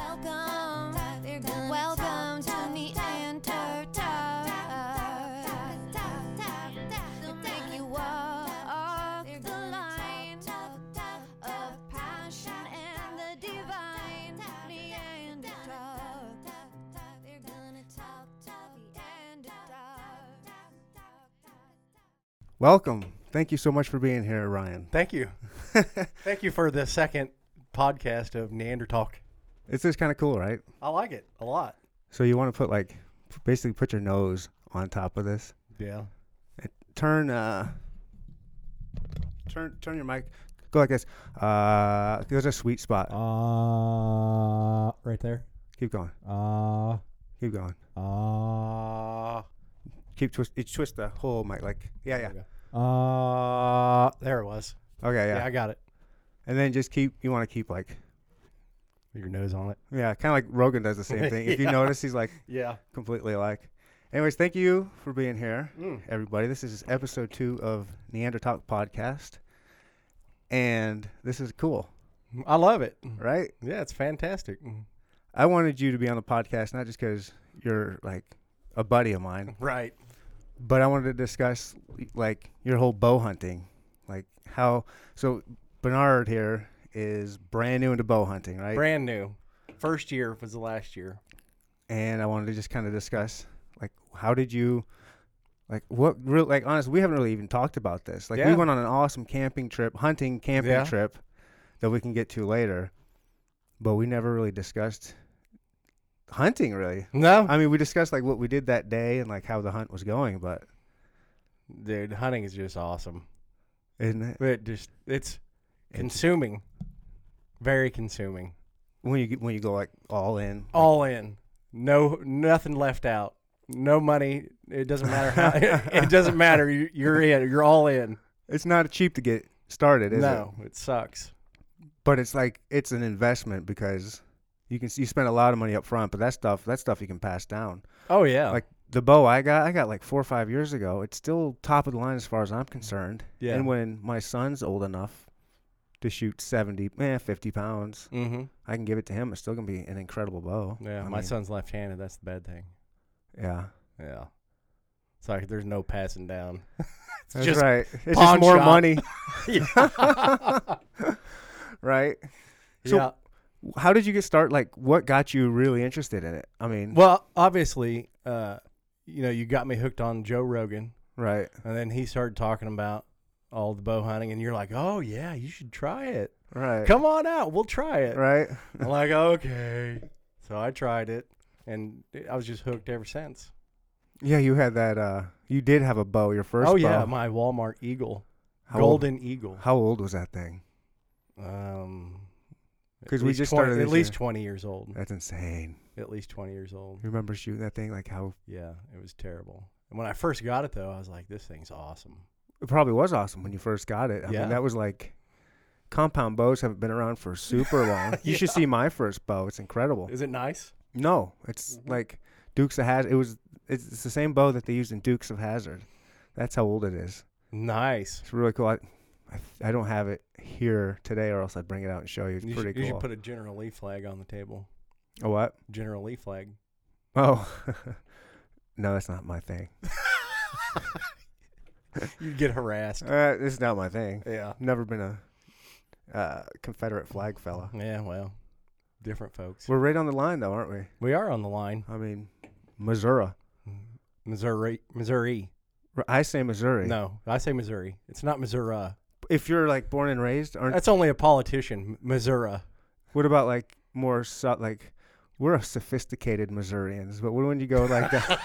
Welcome, welcome to the enter They'll make you walk the line of passion and the divine. Neanderthal. They're gonna talk, talk, Neanderthal. Welcome. Thank you so much for being here, Ryan. Thank you. Thank you for the second podcast of Neander Talk. It's just kind of cool, right? I like it a lot. So you want to put like, basically put your nose on top of this. Yeah. Turn, uh, turn, turn your mic. Go like this. Uh, there's a sweet spot. Uh, right there. Keep going. Uh, Keep going. uh, Keep twist. You twist the whole mic. Like, yeah, yeah. Uh, there it was. Okay, yeah. Yeah, I got it. And then just keep. You want to keep like, Your nose on it. yeah, kind of like Rogan does the same thing. If you Yeah. notice, he's like Yeah. completely alike. Anyways, thank you for being here. everybody. This is episode two of Neanderthal Podcast, and this is cool, I love it. Mm-hmm. right? Yeah, it's fantastic. I wanted you to be on the podcast not just because you're like a buddy of mine, Right. but I wanted to discuss like your whole bow hunting, like how. So Bernard here is brand new into bow hunting, right? Brand new. First year was the last year. and I wanted to just kind of discuss like how did you like what real like honestly we haven't really even talked about this. Like we Yeah. went on an awesome camping trip, hunting camping Yeah. trip that we can get to later, but we never really discussed hunting really. No, I mean, we discussed like what we did that day and like how the hunt was going, but dude, hunting is just awesome. isn't it It just It's- it's consuming, very consuming. when you get- when you go like all in? all in. No, nothing left out. No money. It doesn't matter how. it doesn't matter. You- You're in. You're all in. It's not cheap to get started, is no, it? it? sucks. But it's like it's an investment because you can you spend a lot of money up front, but that stuff that stuff you can pass down. Oh yeah. like the bow I got, I got like four or five years ago. It's still top of the line as far as I'm concerned. Yeah. And when my son's old enough to shoot 70, eh, 50 pounds, mm-hmm. I can give it to him. It's still going to be an incredible bow. Yeah. I my mean, son's left-handed. That's the bad thing. Yeah. Yeah. It's like there's no passing down. it's That's just right. It's just pawn more shop. money, yeah. right? So- yeah. How did you get started? Like, what got you really interested in it? I mean, Well, obviously, uh, you know, you got me hooked on Joe Rogan, right. and then he started talking about all the bow hunting, and you're like, oh yeah, you should try it. Right. Come on out. We'll try it. Right. I'm like, okay. So I tried it, and I was just hooked ever since. Yeah, you had that. uh You did have a bow, your first oh bow. yeah, my Walmart Eagle, How old- Golden Eagle. how old was that thing? Um, 'Cause at we least just 20 started at this least year. twenty years old. That's insane. At least twenty years old. You remember shooting that thing? Like, how Yeah, it was terrible. And when I first got it though, I was like, this thing's awesome. It probably was awesome when you first got it. I Yeah. mean, that was like compound bows haven't been around for super long. You should see my first bow. It's incredible. Is it nice? No, it's Mm-hmm. like Dukes of Hazard. It was it's, it's the same bow that they used in Dukes of Hazard. That's how old it is. Nice. It's really cool. I, I, I don't have it here today, or else I'd bring it out and show you. It's You should, pretty you cool. should put a General Lee flag on the table. a what? General Lee flag. Oh, no, that's not my thing. You'd get harassed. Uh, this is not my thing. Yeah. I've never been a uh, Confederate flag fella. Yeah. Well, different folks. We're right on the line, though, aren't we? we are on the line. I mean, Missouri. Missouri. Missouri. R- I say Missouri. No, I say Missouri. It's not Missouri. If you're like born and raised, aren't That's only a politician, M- Missouri. what about like more so, like we're a sophisticated Missourians, but when you go like that,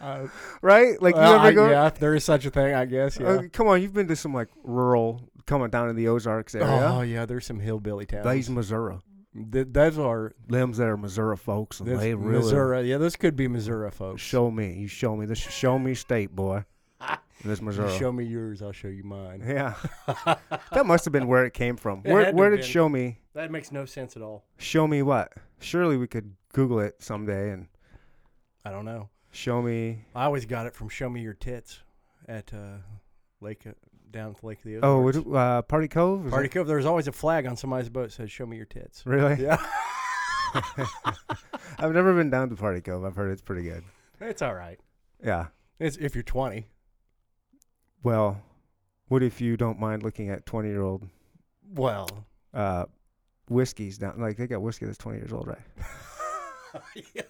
Uh, right? Like you ever go? yeah, there is such a thing, I guess. Yeah. Uh, come on, you've been to some like rural, coming down to the Ozarks oh area. yeah, there's some hillbilly towns. They's Missouri. Th- those are Them's that are Missouri folks, and that's they really Missouri. Yeah, those could be Missouri folks. show me. You show me this. Show me state, boy. This You Missouri. show me yours, I'll show you mine. yeah, that must have been where it came from. It where had to where have did been. show me? That makes no sense at all. Show me what? Surely we could Google it someday and I don't know. show me. I always got it from Show Me Your Tits at uh, Lake uh, down Lake of the Oh, Ozarks. what- uh, Party Cove? Is Party that- Cove. There's always a flag on somebody's boat that says "Show me your tits." Really? Yeah, I've never been down to Party Cove. I've heard it's pretty good. it's all right. Yeah. It's if you're 20. Well, what if you don't mind looking at 20 year old Well, uh, whiskeys down? Like, they got whiskey that's 20 years old, right? yeah,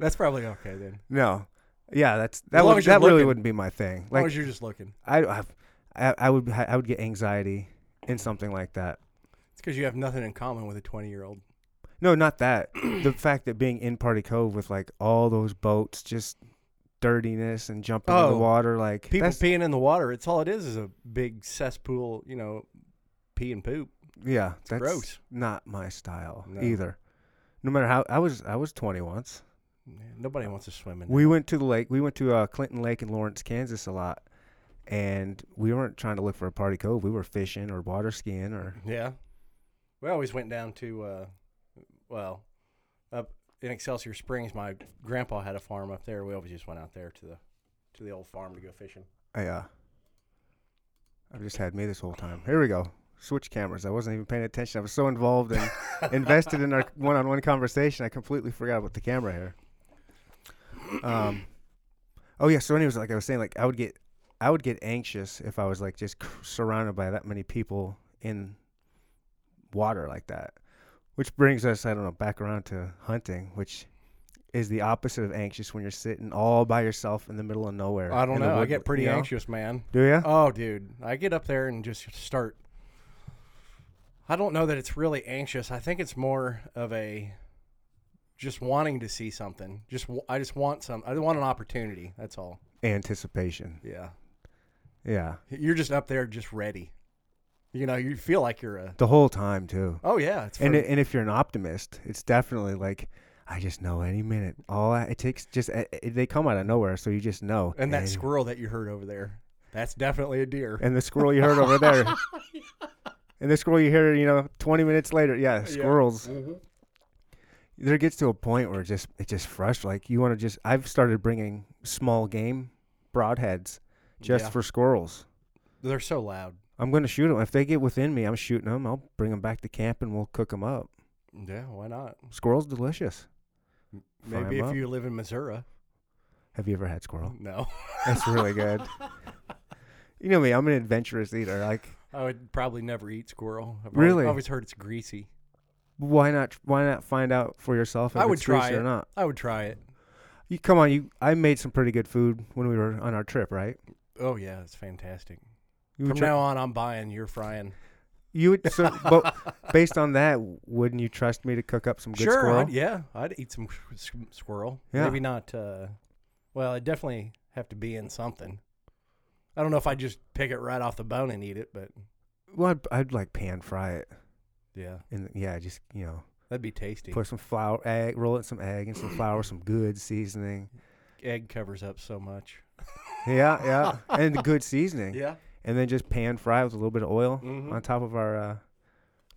that's probably okay then. No. Yeah, that's that. long Would, as you're that really looking. wouldn't be my thing. As long Like, as you're just looking, I, I, I I would, ha- I would get anxiety in something like that. it's because you have nothing in common with a 20 year old. No, not that. the fact that being in Party Cove with like all those boats, just dirtiness and jumping in the Oh. water, like People that's- peeing in the water. It's all it is is a big cesspool. You know, pee and poop. yeah, that's gross. Not my style No. either. No matter how I was, I was 20 once. Yeah, nobody wants to swim in. We went to the lake. We went to uh, Clinton Lake in Lawrence, Kansas, a lot, and we weren't trying to look for a Party Cove. We were fishing or water skiing or that. Yeah, we always went down to. Uh, well, up in Excelsior Springs, my grandpa had a farm up there. We always just went out there to the to the old farm to go fishing. uh, yeah. I've just had me this whole time. Here we go. Switch cameras. I wasn't even paying attention. I was so involved and invested in our one-on-one conversation. I completely forgot about the camera here. Um. Oh yeah. So, anyways, like I was saying, like I would get, I would get anxious if I was like just cr- surrounded by that many people in water like that. Which brings us, I don't know, back around to hunting, which is the opposite of anxious when you're sitting all by yourself in the middle of nowhere. I don't in the know. I wood- get pretty you know? anxious, man. Do you? Oh, dude, I get up there and just start. I don't know that it's really anxious. I think it's more of a just wanting to see something. Just w- I just want some. I want an opportunity. That's all. Anticipation. Yeah, Yeah. you're just up there, just ready. You know, you feel like you're a. The whole time too. Oh yeah, it's And for- i- and if you're an optimist, it's definitely like I just know any minute. All I, it takes just uh, uh, they come out of nowhere, so you just know. and that squirrel that you heard over there, that's definitely a deer. and the squirrel you heard over there, and the squirrel you hear, you know, 20 minutes later, yeah, squirrels. Mm-hmm. There gets to a point where it just it just frustrates. Like you want to just. I've started bringing small game broadheads just Yeah. for squirrels. They're so loud. I'm going to shoot them if they get within me. I'm shooting them. I'll bring them back to camp and we'll cook them up. Yeah, why not? Squirrels delicious. Fry Maybe 'em if up. Oh. you live in Missouri. Have you ever had squirrel? No, That's really good. You know me, I'm an adventurous eater. Like, I would probably never eat squirrel. I've Really? Always, always heard it's greasy. why not? Why not find out for yourself if I would it's greasy try or it. not? I would try it. You come on, you. I made some pretty good food when we were on our trip, right? Oh yeah, it's fantastic. You From would try- now on, I'm buying. You're frying. you would. So, but based on that, wouldn't you trust me to cook up some good sure. squirrel? I'd, yeah, I'd eat some s- squirrel. Yeah. Maybe not. Uh, well, I definitely have to be in something. I don't know if I just pick it right off the bone and eat it, but Well, I'd, I'd like pan fry it, yeah, and yeah, just you know, that'd be tasty. put some flour, egg, roll it in some egg and some flour, some good seasoning. Egg covers up so much. Yeah, yeah, and good seasoning. Yeah. and then just pan fry with a little bit of oil Mhm. on top of our uh,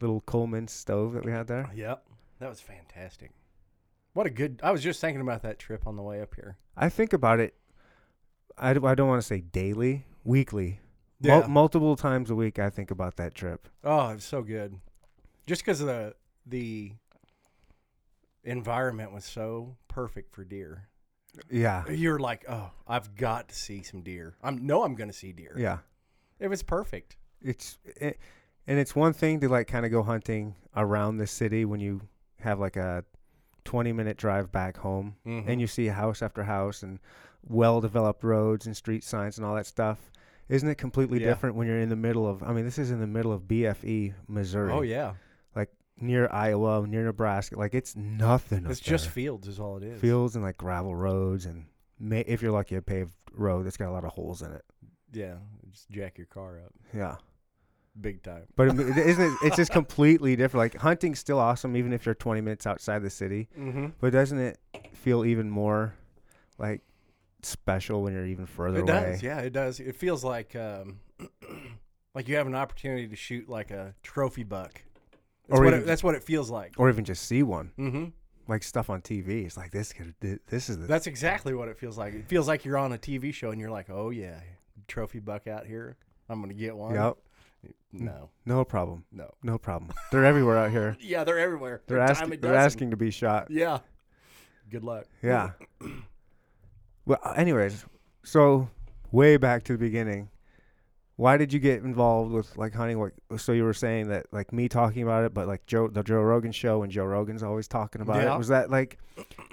little Coleman stove that we had there. Yep. That was fantastic. What a good. I was just thinking about that trip on the way up here. I think about it. I, d- I don't want to say daily, weekly, Yeah. Mul- multiple times a week. I think about that trip. Oh, it was so good. Just because the the environment was so perfect for deer. Yeah, You're like, oh, I've got to see some deer. I'm no, I'm going to see deer. yeah. It was perfect. It's it, and it's one thing to like kind of go hunting around the city when you have like a twenty minute drive back home Mm-hmm. and you see house after house and well developed roads and street signs and all that stuff. Isn't it completely Yeah. different when you're in the middle of? I mean, this is in the middle of BFE, Missouri. oh yeah, near Iowa, near Nebraska. Like it's nothing. up it's just there. fields is all it is. fields and like gravel roads and may, if you're lucky, a paved road that's got a lot of holes in it. Yeah, just jack your car up Yeah, big time. but it, it isn't. It, it's just completely different. Like hunting's still awesome, even if you're 20 minutes outside the city. Mm-hmm. But doesn't it feel even more like special when you're even further It away? does. Yeah, it does. It feels like um, like you have an opportunity to shoot like a trophy buck. That's, Or what, even- it, that's what it feels like. Or even just see one, Mm-hmm. like stuff on TV. It's like this. Could, thi- this is the That's exactly what it feels like. It feels like you're on a TV show and you're like, oh yeah, trophy buck out here. I'm gonna get one. Yep. No, No problem. no. No problem. They're everywhere out here. Yeah, they're everywhere. They're Dime a asking. They're dozen. asking to be shot. Yeah. Good luck. Yeah. well, anyways, so way back to the beginning, why did you get involved with like hunting? Like, so you were saying that like me talking about it, but like Joe, the Joe Rogan show, and Joe Rogan's always talking about Yeah. it. Was that like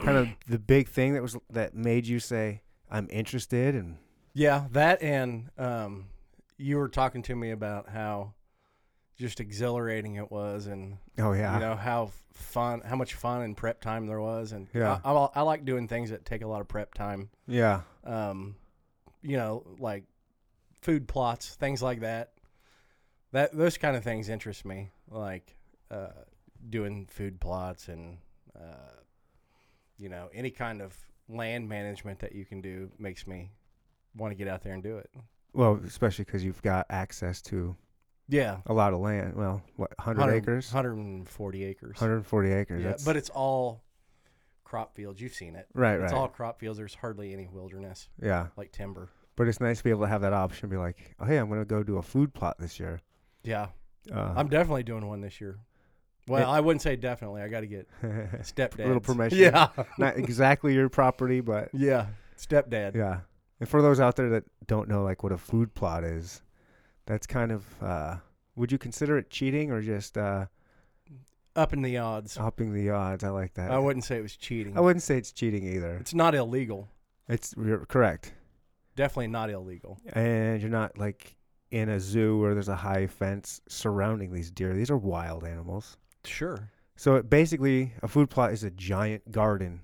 kind of the big thing that was that made you say I'm interested? And Yeah, that and um, you were talking to me about how just exhilarating it was, and oh yeah, you know how fun, how much fun and prep time there was, and Yeah. I, I, I like doing things that take a lot of prep time. yeah, um, you know, like food plots, things like that. That those kind of things interest me, like uh, doing food plots and uh, you know any kind of land management that you can do makes me want to get out there and do it. well, especially because you've got access to Yeah, a lot of land. Well, what 100 acres, hundred and forty acres. 140 acres. Yeah, that's, but it's all crop fields. You've seen it. right, It's right, all crop fields. There's hardly any wilderness, yeah. like timber. But it's nice to be able to have that option. Be like, oh, hey, I'm gonna go do a food plot this year. Yeah, Uh, I'm definitely doing one this year. Well, Yeah. I wouldn't say definitely. I got to get a stepdad. little permission. Yeah, Not exactly your property, but yeah, stepdad. yeah. And for those out there that don't know, like what a food plot is, that's kind of uh, would you consider it cheating or just uh, Up in the odds. upping the odds? I like that. I wouldn't say it was cheating. Oh, I wouldn't say it's cheating either. It's not illegal. It's you're correct, Definitely not illegal. and you're not like in a zoo where there's a high fence surrounding these deer. These are wild animals. Sure. So it basically, a food plot is a giant garden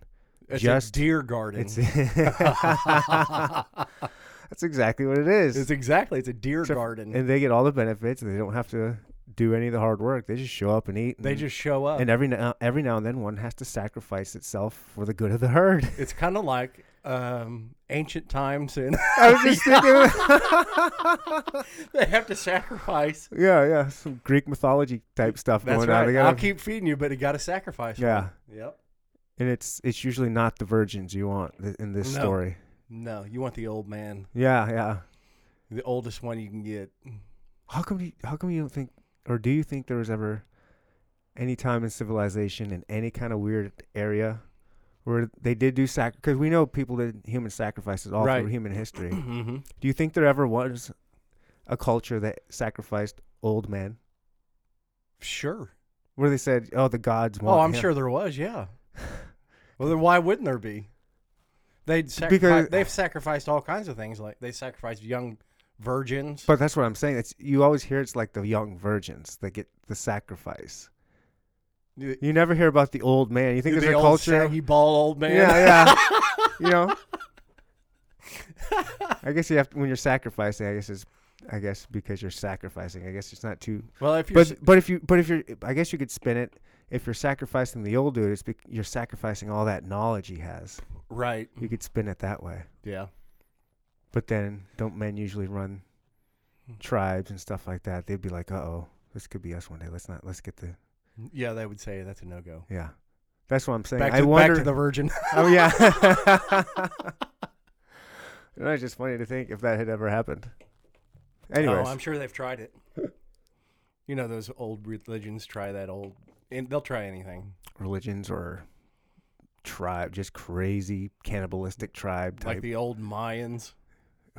It's a Just- deer garden. It's that's exactly what it is. It's exactly. It's a deer Except- garden. and they get all the benefits, and they don't have to do any of the hard work. They just show up and eat. And, they just show up. and every now every now and then one has to sacrifice itself for the good of the herd. it's kind of like um, ancient times, and I was just thinking, they have to sacrifice. yeah, yeah, some Greek mythology type stuff That's going on. They right. gotta- I'll keep feeding you, but you got to sacrifice. me. Yeah. Yep. and it's it's usually not the virgins you want th- in this No. story. No, you want the old man, Yeah, yeah. the oldest one you can get. How come you how come you don't think or do you think there was ever any time in civilization in any kind of weird area where they did do sac because we know people did human sacrifices all Right. through human history. mm-hmm. do you think there ever was a culture that sacrificed old men Sure. where they said, "Oh, the gods want Oh, I'm him." sure there was. Yeah. well, then why wouldn't there be? They'd sacrifice, Because- they've sacrificed all kinds of things. Like they sacrificed young virgins. But that's what I'm saying. It's you always hear it's like the young virgins that get the sacrifice. you You never hear about the old man. You think the there's a old culture shaggy bald old man. Yeah, yeah. you know. I guess you have to, when you're sacrificing. I guess it's, I guess because you're sacrificing. I guess it's not too. Well, if you're But but if you but if you're, I guess you could spin it. If you're sacrificing the old dude, it's bec- you're sacrificing all that knowledge he has. right, You could spin it that way. yeah, But then, don't men usually run tribes and stuff like that? They'd be like, uh oh, this could be us one day. Let's not. Let's get the yeah, they would say that's a no go. yeah. That's what I'm saying. Back I to, wonder. back to the virgin. Oh yeah. That's just funny to think if that had ever happened. Anyways, Oh, I'm sure they've tried it. You know those old religions try that old, and they'll try anything. religions or tribe, just crazy cannibalistic tribe type. Like the old Mayans.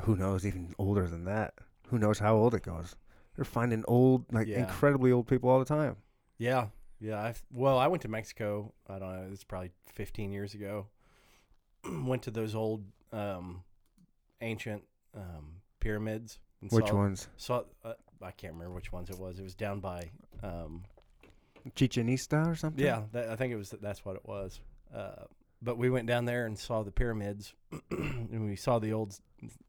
who knows? Even older than that. Who knows how old it goes? They're finding old, like Yeah. incredibly old people all the time. Yeah, yeah. I well, I went to Mexico. I don't know. It's probably 15 years ago. went to those old, um, ancient um, pyramids. And Which saw, ones? Saw uh, I can't remember which ones it was. It was down by. Um, Chichen Itza or something? yeah, that, I think it was. That's what it was. Uh, but we went down there and saw the pyramids, and we saw the old,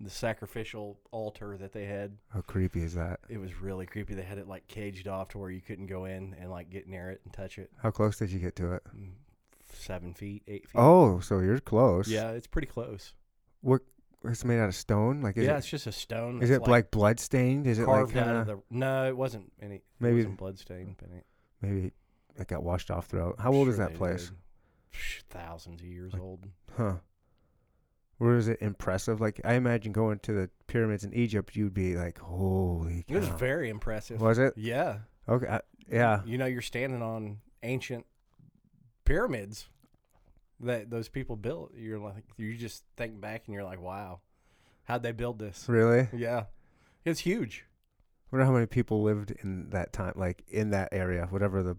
the sacrificial altar that they had. How creepy is that? It was really creepy. They had it like caged off to where you couldn't go in and like get near it and touch it. How close did you get to it? Mm, seven feet, eight feet. Oh, so you're close. yeah, it's pretty close. It's made out of stone. Like, is yeah, it, it's just a stone. is that's, it like, blood stained? Is it like carved out kinda- of the? No, it wasn't any. Maybe Maybe- it wasn't bloodstained. But it, maybe it got washed off throughout. How old is sure that they place? did. Psh, Thousands of years Like- old. Huh. Or is it impressive? Like I imagine going to the pyramids in Egypt, you'd be like, "Holy It was cow!" very impressive. Was it? Yeah. Okay, I, yeah. You know, you're standing on ancient pyramids that those people built. You're like, you just think back and you're like, wow, how'd they build this? Really? Yeah. It's huge. wonder how many people lived in that time, like in that area, whatever the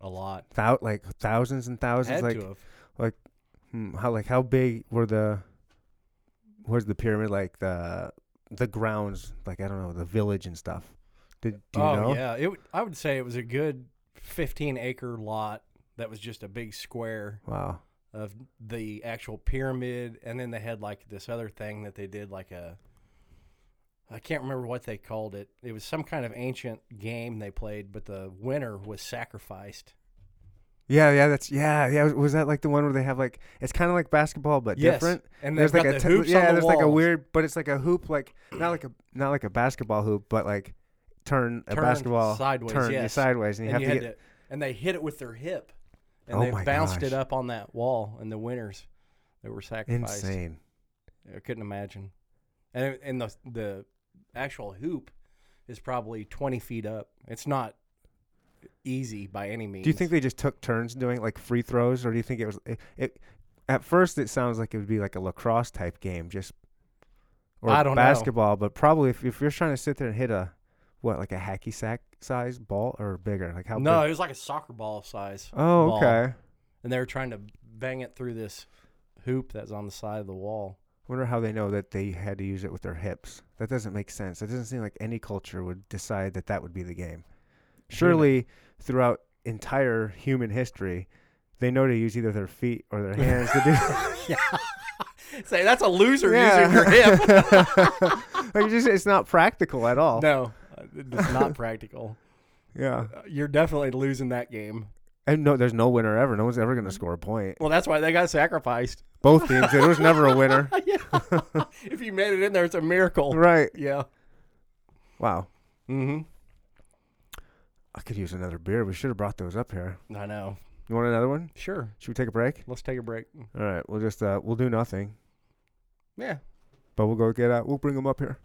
A lot. thou- like thousands and thousands. Had Like, to have. hmm, how like how big were the? Was the pyramid like the the grounds? Like I don't know the village and stuff. Did do you oh, know? yeah. It, w- I would say it was a good 15 acre lot that was just a big square Wow. of the actual pyramid. And then they had like this other thing that they did, like a. I can't remember what they called it. It was some kind of ancient game they played, but the winner was sacrificed. Yeah, yeah, that's yeah, yeah. Was, was that like the one where they have like it's kind of like basketball but Yes. different? And there's they've like got a the te- hoops yeah, on the there's like a walls. weird, but it's like a hoop, like not like a not like a basketball hoop, but like turn a Turn basketball sideways, turn you yes. sideways, and you and have to get had to, and they hit it with their hip, and Oh they my bounced it gosh. up on that wall. And the winners, that were sacrificed. insane. I couldn't imagine. And it- and the the actual hoop is probably twenty feet up. It's not easy by any means. Do you think they just took turns doing like free throws, or do you think it was it? it at first, it sounds like it would be like a lacrosse type game, just or I don't know. basketball. But probably if, if you're trying to sit there and hit a what like a hacky sack size ball or bigger, like how no, big? it was like a soccer ball size, Oh, ball. okay. and they were trying to bang it through this hoop that's on the side of the wall. Wonder how they know that they had to use it with their hips. That doesn't make sense. That doesn't seem like any culture would decide that that would be the game. Surely, throughout entire human history, they know to use either their feet or their hands to do. Say that's a loser Yeah. using your hip. like it's just, it's not practical at all. no, it's not practical. Yeah, You're definitely losing that game. and no, there's no winner ever. No one's ever going to score a point. Well, that's why they got sacrificed. Both teams, there was never a winner. yeah. if you made it in there, it's a miracle. Right? Yeah. Wow. Mm-hmm. I could use another beer. We should have brought those up here. I know. You want another one? Sure. Should we take a break? Let's take a break. All right. We'll just uh, we'll do nothing. Yeah. But we'll go get out. We'll bring them up here.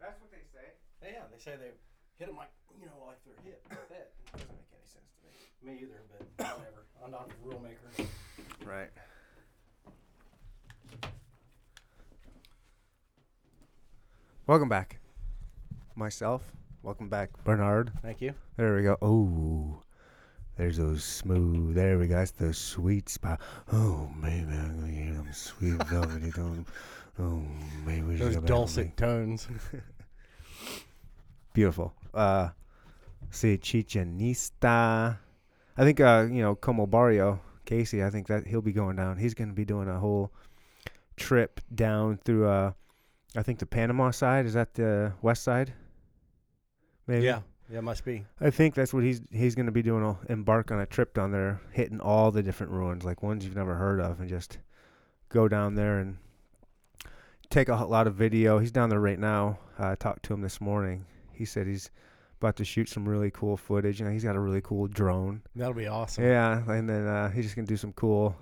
That's what they say. Yeah, they say they hit them like, you know, like their hip. That doesn't make any sense to me. Me either, but whatever. I'm not a rule maker. Right. Welcome back. Myself. Welcome back, Bernard. Thank you. There we go. Oh, there's those smooth. There we go. That's the sweet spot. Oh, maybe I'm gonna hear them sweet velvety tone. Oh, maybe we should Those go back on me. dulcet tones. Beautiful. Uh, see, Chichanista. I think uh, you know Como Barrio Casey. I think that he'll be going down. He's gonna be doing a whole trip down through. Uh, I think the Panama side is that the west side. Maybe. Yeah. Yeah, it must be. I think that's what he's he's going to be doing. He'll embark on a trip down there, hitting all the different ruins, like ones you've never heard of, and just go down there and take a h- lot of video. He's down there right now. Uh, I talked to him this morning. He said he's about to shoot some really cool footage. You know, he's got a really cool drone. That'll be awesome. Yeah, and then uh, he's just gonna do some cool,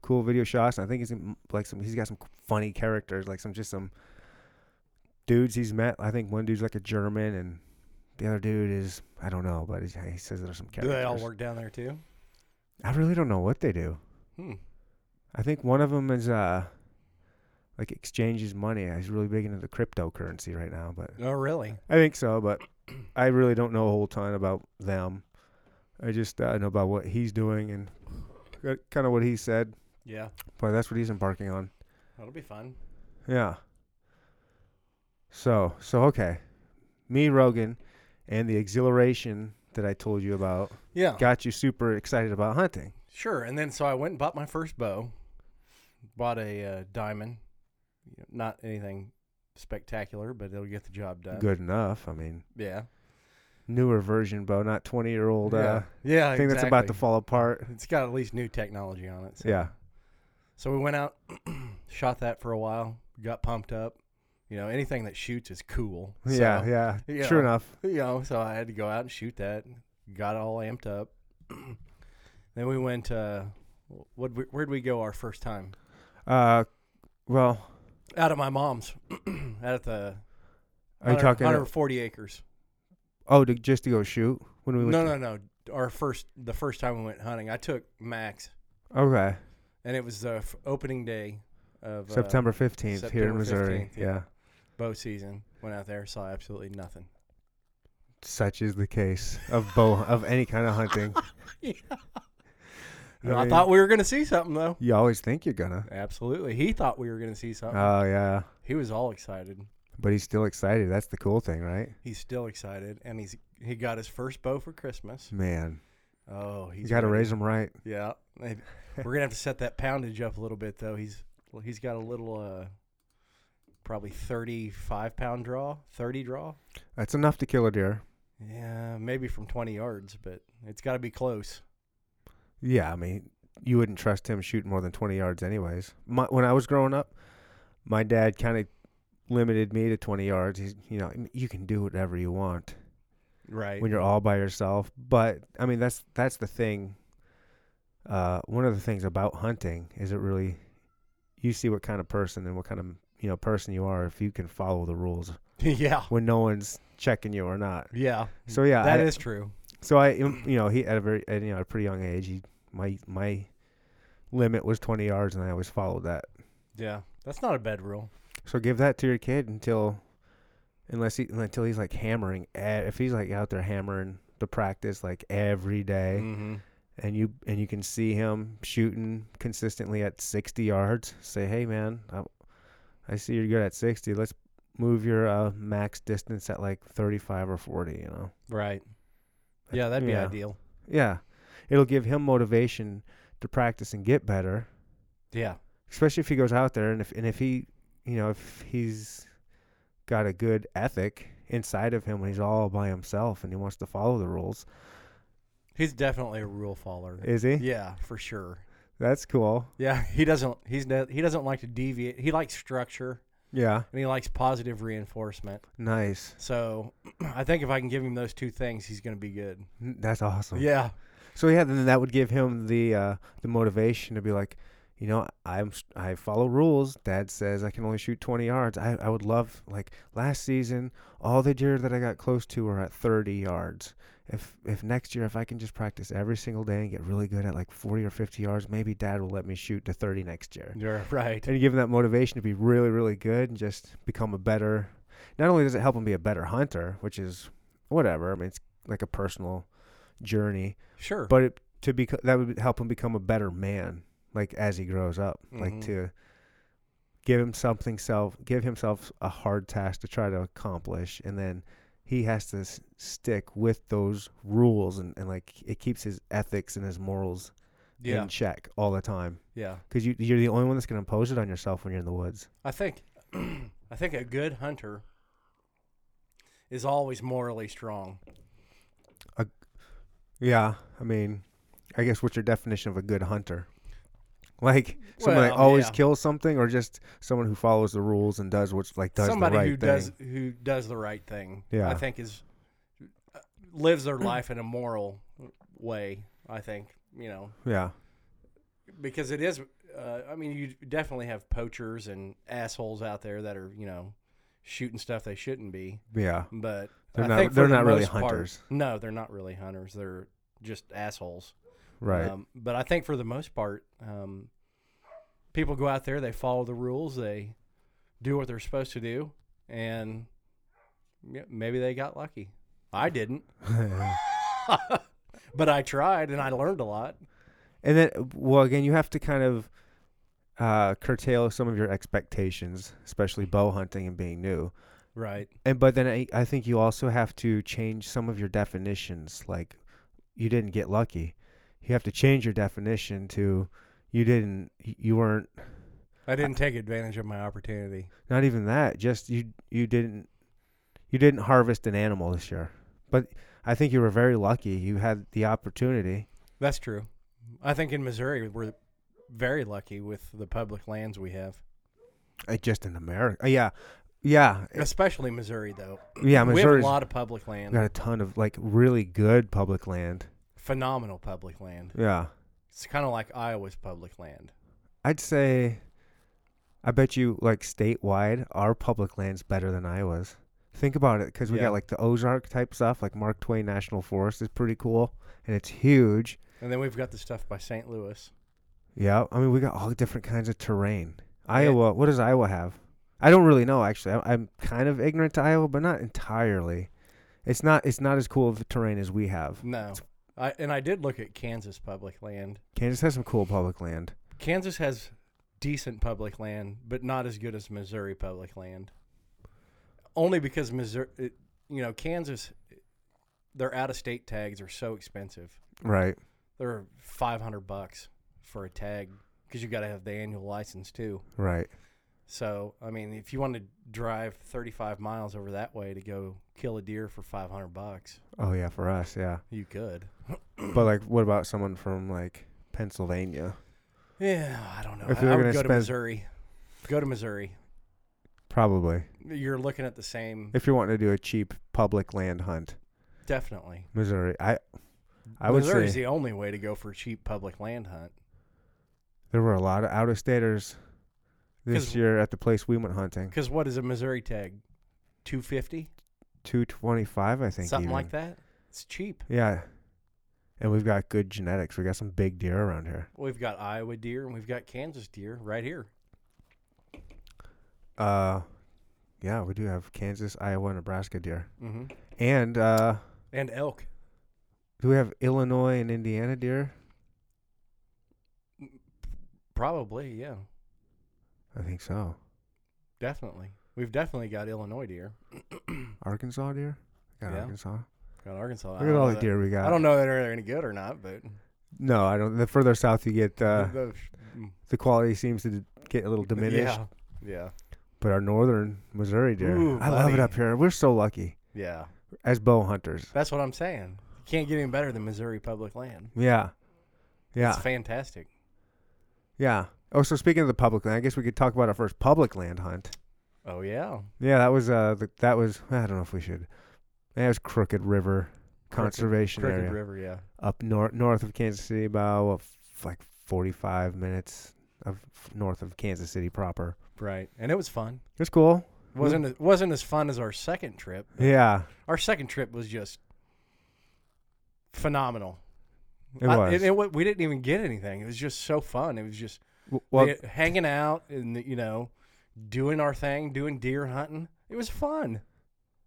cool video shots. And I think he's gonna, like some. He's got some funny characters, like some just some dudes he's met. I think one dude's like a German, and the other dude is I don't know, but he's, he says there's some Do characters. they all work down there too? I really don't know what they do. Hmm. I think one of them is uh, like exchanges money. He's really big into the cryptocurrency right now, but Oh, really? I think so, but I really don't know a whole ton about them. I just uh, know about what he's doing and kind of what he said. Yeah, But that's what he's embarking on. that'll be fun. Yeah. So, so okay. Me, Rogan, and the exhilaration that I told you about Yeah, got you super excited about hunting. sure. And then so I went and bought my first bow. Bought a uh, diamond. You know, Not anything spectacular, but it'll get the job done. Good enough. I mean, Yeah. newer version, bow, not 20 year old uh, yeah. Yeah. thing that's about to exactly. fall apart. It's got at least new technology on it. So. Yeah. So we went out, shot that for a while, got pumped up. You know, anything that shoots is cool. So, yeah. Yeah. you True know, enough. You know, so I had to go out and shoot that. Got all amped up. then we went. Uh, what? Where'd we go our first time? Uh, well, Out at my mom's. out at the. are you 100 talking? 140 acres? oh, to, just to go shoot when we went. No, to- no, no. Our first, the first time we went hunting, I took Max, Okay, and it was the f- opening day of uh, September 15th here in September Missouri. 15th, yeah. yeah. bow season. Went out there, saw absolutely nothing. Such is the case of bow of any kind of hunting. No, I, mean- thought we were going to see something though. You always think you're gonna. Absolutely, he thought we were going to see something. Oh yeah, he was all excited. but he's still excited. That's the cool thing, right? He's still excited, and he's he got his first bow for Christmas. Man, Oh, he's you got to ready. raise him right. Yeah, Maybe- we're gonna have to set that poundage up a little bit though. He's well, he's got a little uh, probably thirty-five pound draw, thirty draw. That's enough to kill a deer. Yeah, maybe from twenty yards, but it's got to be close. Yeah, I mean, you wouldn't trust him shooting more than twenty yards, anyways. My, when I was growing up, my dad kind of limited me to twenty yards. He's, you know, you can do whatever you want Right. when you're all by yourself. But I mean, that's that's the thing. Uh, one of the things about hunting is it really you see what kind of person and what kind of you know person you are if you can follow the rules yeah. when no one's checking you or not. Yeah. So yeah, that I- is true. so I um, you know he at a very at, you know a pretty young age he my my limit was 20 yards and I always followed that. Yeah, that's not a bad rule. So give that to your kid until unless he until he's like hammering e- if he's like out there hammering the practice like every day Mm-hmm. and you and you can see him shooting consistently at 60 yards say hey man I, I see you're good at 60 let's move your uh, max distance at like 35 or 40 you know Right. Yeah, that'd be Yeah. ideal. Yeah. It'll give him motivation to practice and get better, Yeah. especially if he goes out there and if and if he, you know, if he's got a good ethic inside of him when he's all by himself and he wants to follow the rules. He's definitely a rule follower. Is he? Yeah, for sure. That's cool. Yeah, he doesn't. He's ne- he doesn't like to deviate. He likes structure Yeah. and he likes positive reinforcement. Nice. So, I think if I can give him those two things, he's going to be good. N- That's awesome. Yeah, So yeah, then that would give him the uh the motivation to be like, you know, I'm s- I follow rules. Dad says I can only shoot 20 yards. I I would love like last season all the deer that I got close to were at 30 yards. If if next year if I can just practice every single day and get really good at like 40 or 50 yards, maybe dad will let me shoot to 30 next year. you're right. And give him that motivation to be really really good and just become a better not only does it help him be a better hunter, which is whatever. I mean, it's like a personal journey Sure. but it, to be that would help him become a better man like as he grows up like Mhm. to give him something self give himself a hard task to try to accomplish and then he has to s- stick with those rules and, and like it keeps his ethics and his morals yeah, in check all the time yeah. because you, you're the only one that's going to impose it on yourself when you're in the woods I think I think a good hunter is always morally strong. Yeah, I mean, I guess what's your definition of a good hunter? Like someone that Well, always yeah. kills something, or just someone who follows the rules and does what's like does Somebody the right who thing. does who does the right thing. I Yeah. think is uh, lives their life in a moral way. I think you know yeah, because it is. Uh, I mean, you definitely have poachers and assholes out there that are you know shooting stuff they shouldn't be. yeah, But They're I not- think for they're the not really most part- hunters. no, they're not really hunters. They're just assholes. right. Um, but I think for the most part, um, people go out there, they follow the rules, they do what they're supposed to do, and yeah, maybe they got lucky. I didn't, but I tried and I learned a lot. And then, well, again, you have to kind of uh, curtail some of your expectations, especially bow hunting and being new. Right. And but then I, I think you also have to change some of your definitions. Like you didn't get lucky. You have to change your definition to you didn't you weren't I didn't take advantage of my opportunity. not even that just you you didn't you didn't harvest an animal this year. But I think you were very lucky. You had the opportunity. That's true. I think in Missouri, we're very lucky with the public lands we have, Uh, just in America. yeah. Yeah. uh, especially Missouri, though. Yeah, we have a Missouri's lot of public land, got a ton of like really good public land. phenomenal public land. Yeah. It's kind of like Iowa's public land. I'd say, I bet you, like statewide, our public land's better than Iowa's. Think about it, because we Yeah. got like the Ozark type stuff, like Mark Twain National Forest is pretty cool, and it's huge. And then we've got the stuff by St. Louis. Yeah, I mean, we got all different kinds of terrain. Iowa, what does Iowa have? I don't really know actually. I, I'm kind of ignorant to Iowa, but not entirely. It's not it's not as cool of a terrain as we have. No. I, and I did look at Kansas public land. Kansas has some cool public land. Kansas has decent public land, but not as good as Missouri public land. Only because Missouri, it, you know, Kansas, their out of state tags are so expensive. Right. They're 500 bucks for a tag because you got to have the annual license too. Right. So, I mean, if you want to drive 35 miles over that way to go kill a deer for 500 bucks, Oh yeah, for us, yeah. you could. But like, what about someone from like Pennsylvania? Yeah, I don't know. If I, you're I would gonna go to spend- Missouri. Go to Missouri. Probably. You're looking at the same. If you're wanting to do a cheap public land hunt, definitely. Missouri. I I would Missouri's say the only way to go for a cheap public land hunt. there were a lot of out of staters this 'Cause- year at the place we went hunting. Because what is a Missouri tag? 250 Two twenty five, I think. Something even. like that? It's cheap. Yeah. And we've got good genetics. We got some big deer around here. We've got Iowa deer and we've got Kansas deer right here. Uh, yeah, we do have Kansas, Iowa, Nebraska deer, hmm and uh, And elk. do we have Illinois and Indiana deer? Probably, yeah. I think so. Definitely. We've definitely got Illinois deer. Arkansas deer. We got Yeah. Arkansas. Got Arkansas. I Look don't at all know the that- deer we got. I don't know that they're any good or not, but No, I don't. The further south you get, uh, the- the quality seems to d- get a little diminished. mm, Yeah. Yeah. But our northern Missouri deer, Ooh, I love it buddy. up here. We're so lucky Yeah. as bow hunters. That's what I'm saying. Can't get any better than Missouri public land. Yeah, yeah, It's fantastic. yeah. Oh, so speaking of the public land, I guess we could talk about our first public land hunt. Oh yeah. Yeah, that was uh, the, that was I don't know if we should. That was Crooked River Conservation Crooked Area River, yeah. up north north of Kansas City, about what, f- like forty-five minutes of north of Kansas City proper. Right. And it was fun. It was cool. Mm, Wasn't it wasn't as fun as our second trip. Yeah, Our second trip was just phenomenal. it I- was. and it wa- we didn't even get anything. It was just so fun. It was just W- well, the- hanging out and the, you know, doing our thing, doing deer hunting. It was fun.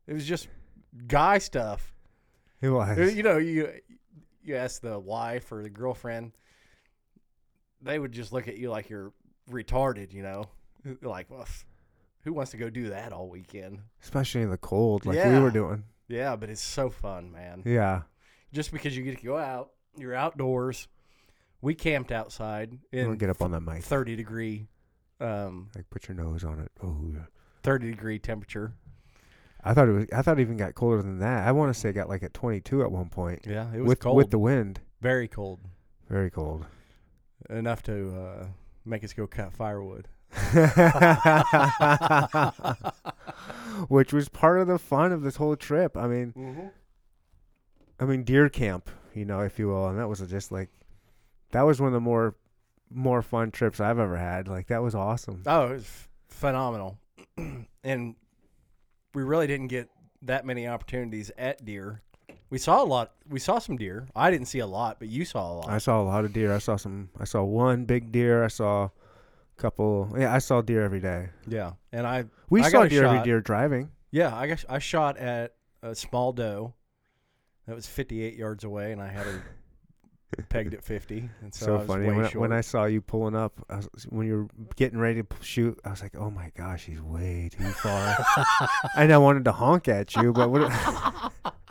It was just guy stuff. it was. Uh, you know, you you ask the wife or the girlfriend, they would just look at you like you're retarded. You know, They're like, well, f- who wants to go do that all weekend? especially in the cold, like we were Yeah. doing. Yeah, but it's so fun, man. Yeah, Just because you get to go out, you're outdoors. We camped outside you in get up on that mic, thirty degree, um, like put your nose on it. Oh, yeah. thirty degree temperature. I thought it was. I thought it even got colder than that. I want to say it got like at 22 at one point. Yeah, it was with cold. with the wind, very cold. very cold. Enough to uh, make us go cut firewood. Which was part of the fun of this whole trip. I mean, Mm-hmm. I mean deer camp, you know, if you will, and that was just like that was one of the more more fun trips I've ever had. Like that was awesome. Oh, it was f- phenomenal. and we really didn't get that many opportunities at deer. We saw a lot. We saw some deer. I didn't see a lot, but you saw a lot. I saw a lot of deer. I saw some. I saw one big deer. I saw a couple. Yeah, I saw deer every day. yeah. And I We I saw got a deer every shot. deer driving. Yeah, I guess I shot at a small doe that was 58 yards away, and I had her pegged at 50. And so, I So, was funny. Way When I, short. when I saw you pulling up, I was, when you were getting ready to p- shoot, I was like, "Oh my gosh, he's way too far." and I wanted to honk at you, but what,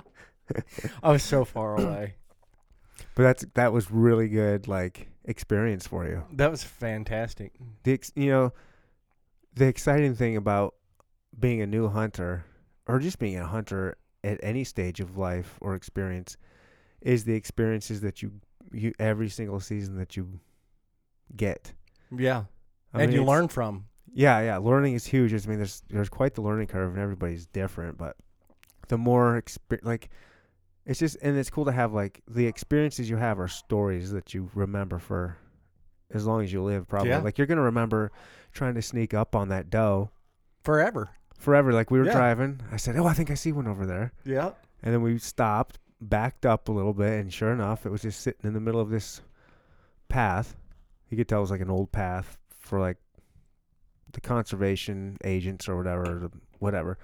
I was so far away. but that's that was really good like experience for you. That was fantastic. the ex- you know the exciting thing about being a new hunter or just being a hunter at any stage of life or experience is the experiences that you you every single season that you get Yeah, I and mean, you it's- learn from. yeah yeah learning is huge i mean there's there's quite the learning curve and everybody's different but the more experience like it's just and it's cool to have like the experiences you have are stories that you remember for as long as you live probably Yeah. like you're gonna remember trying to sneak up on that doe Forever. forever like we were Yeah. driving i said oh i think i see one over there Yeah. and then we stopped backed up a little bit and sure enough it was just sitting in the middle of this path you could tell it was like an old path for like the conservation agents or whatever the- whatever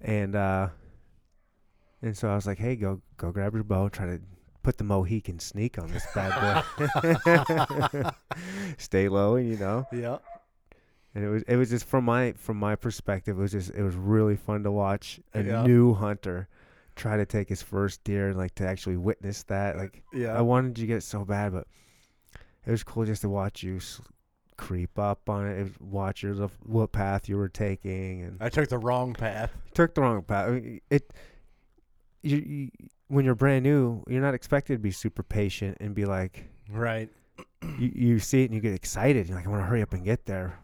and uh and so i was like hey go go grab your bow try to put the mohican sneak on this bad boy stay low and you know Yeah. and it was it was just from my from my perspective, it was just it was really fun to watch a Yeah. new hunter try to take his first deer and like to actually witness that. Like Yeah. I wanted you to get it so bad, but it was cool just to watch you s- creep up on it, and watch your little- what path you were taking, and I took the wrong path. took the wrong path. I mean, It you, you when you're brand new, you're not expected to be super patient and be like Right. you, you see it and you get excited. You're like, I want to hurry up and get there.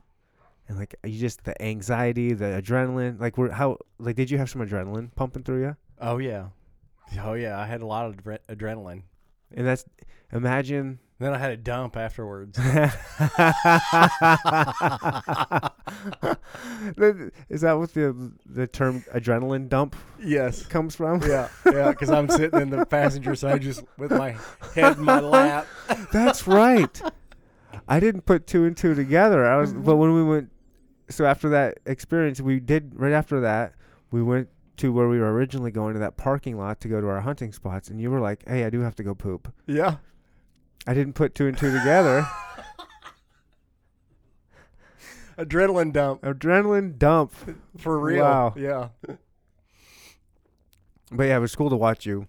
And like, you just the anxiety, the adrenaline. Like, we're how like did you have some adrenaline pumping through you? Oh yeah. Oh yeah. I had a lot of adre- adrenaline. And that's imagine. Then I had a dump afterwards. Is that what the the term adrenaline dump yes. comes from? Yeah, yeah, because I'm sitting in the passenger side just with my head in my lap. That's right. I didn't put two and two together. I was, but when we went, so after that experience, we did right after that, we went to where we were originally going to that parking lot to go to our hunting spots, and you were like, "Hey, I do have to go poop." Yeah. I didn't put two and two together. Adrenaline dump Adrenaline dump. for real. Wow. Yeah. But yeah, it was cool to watch you.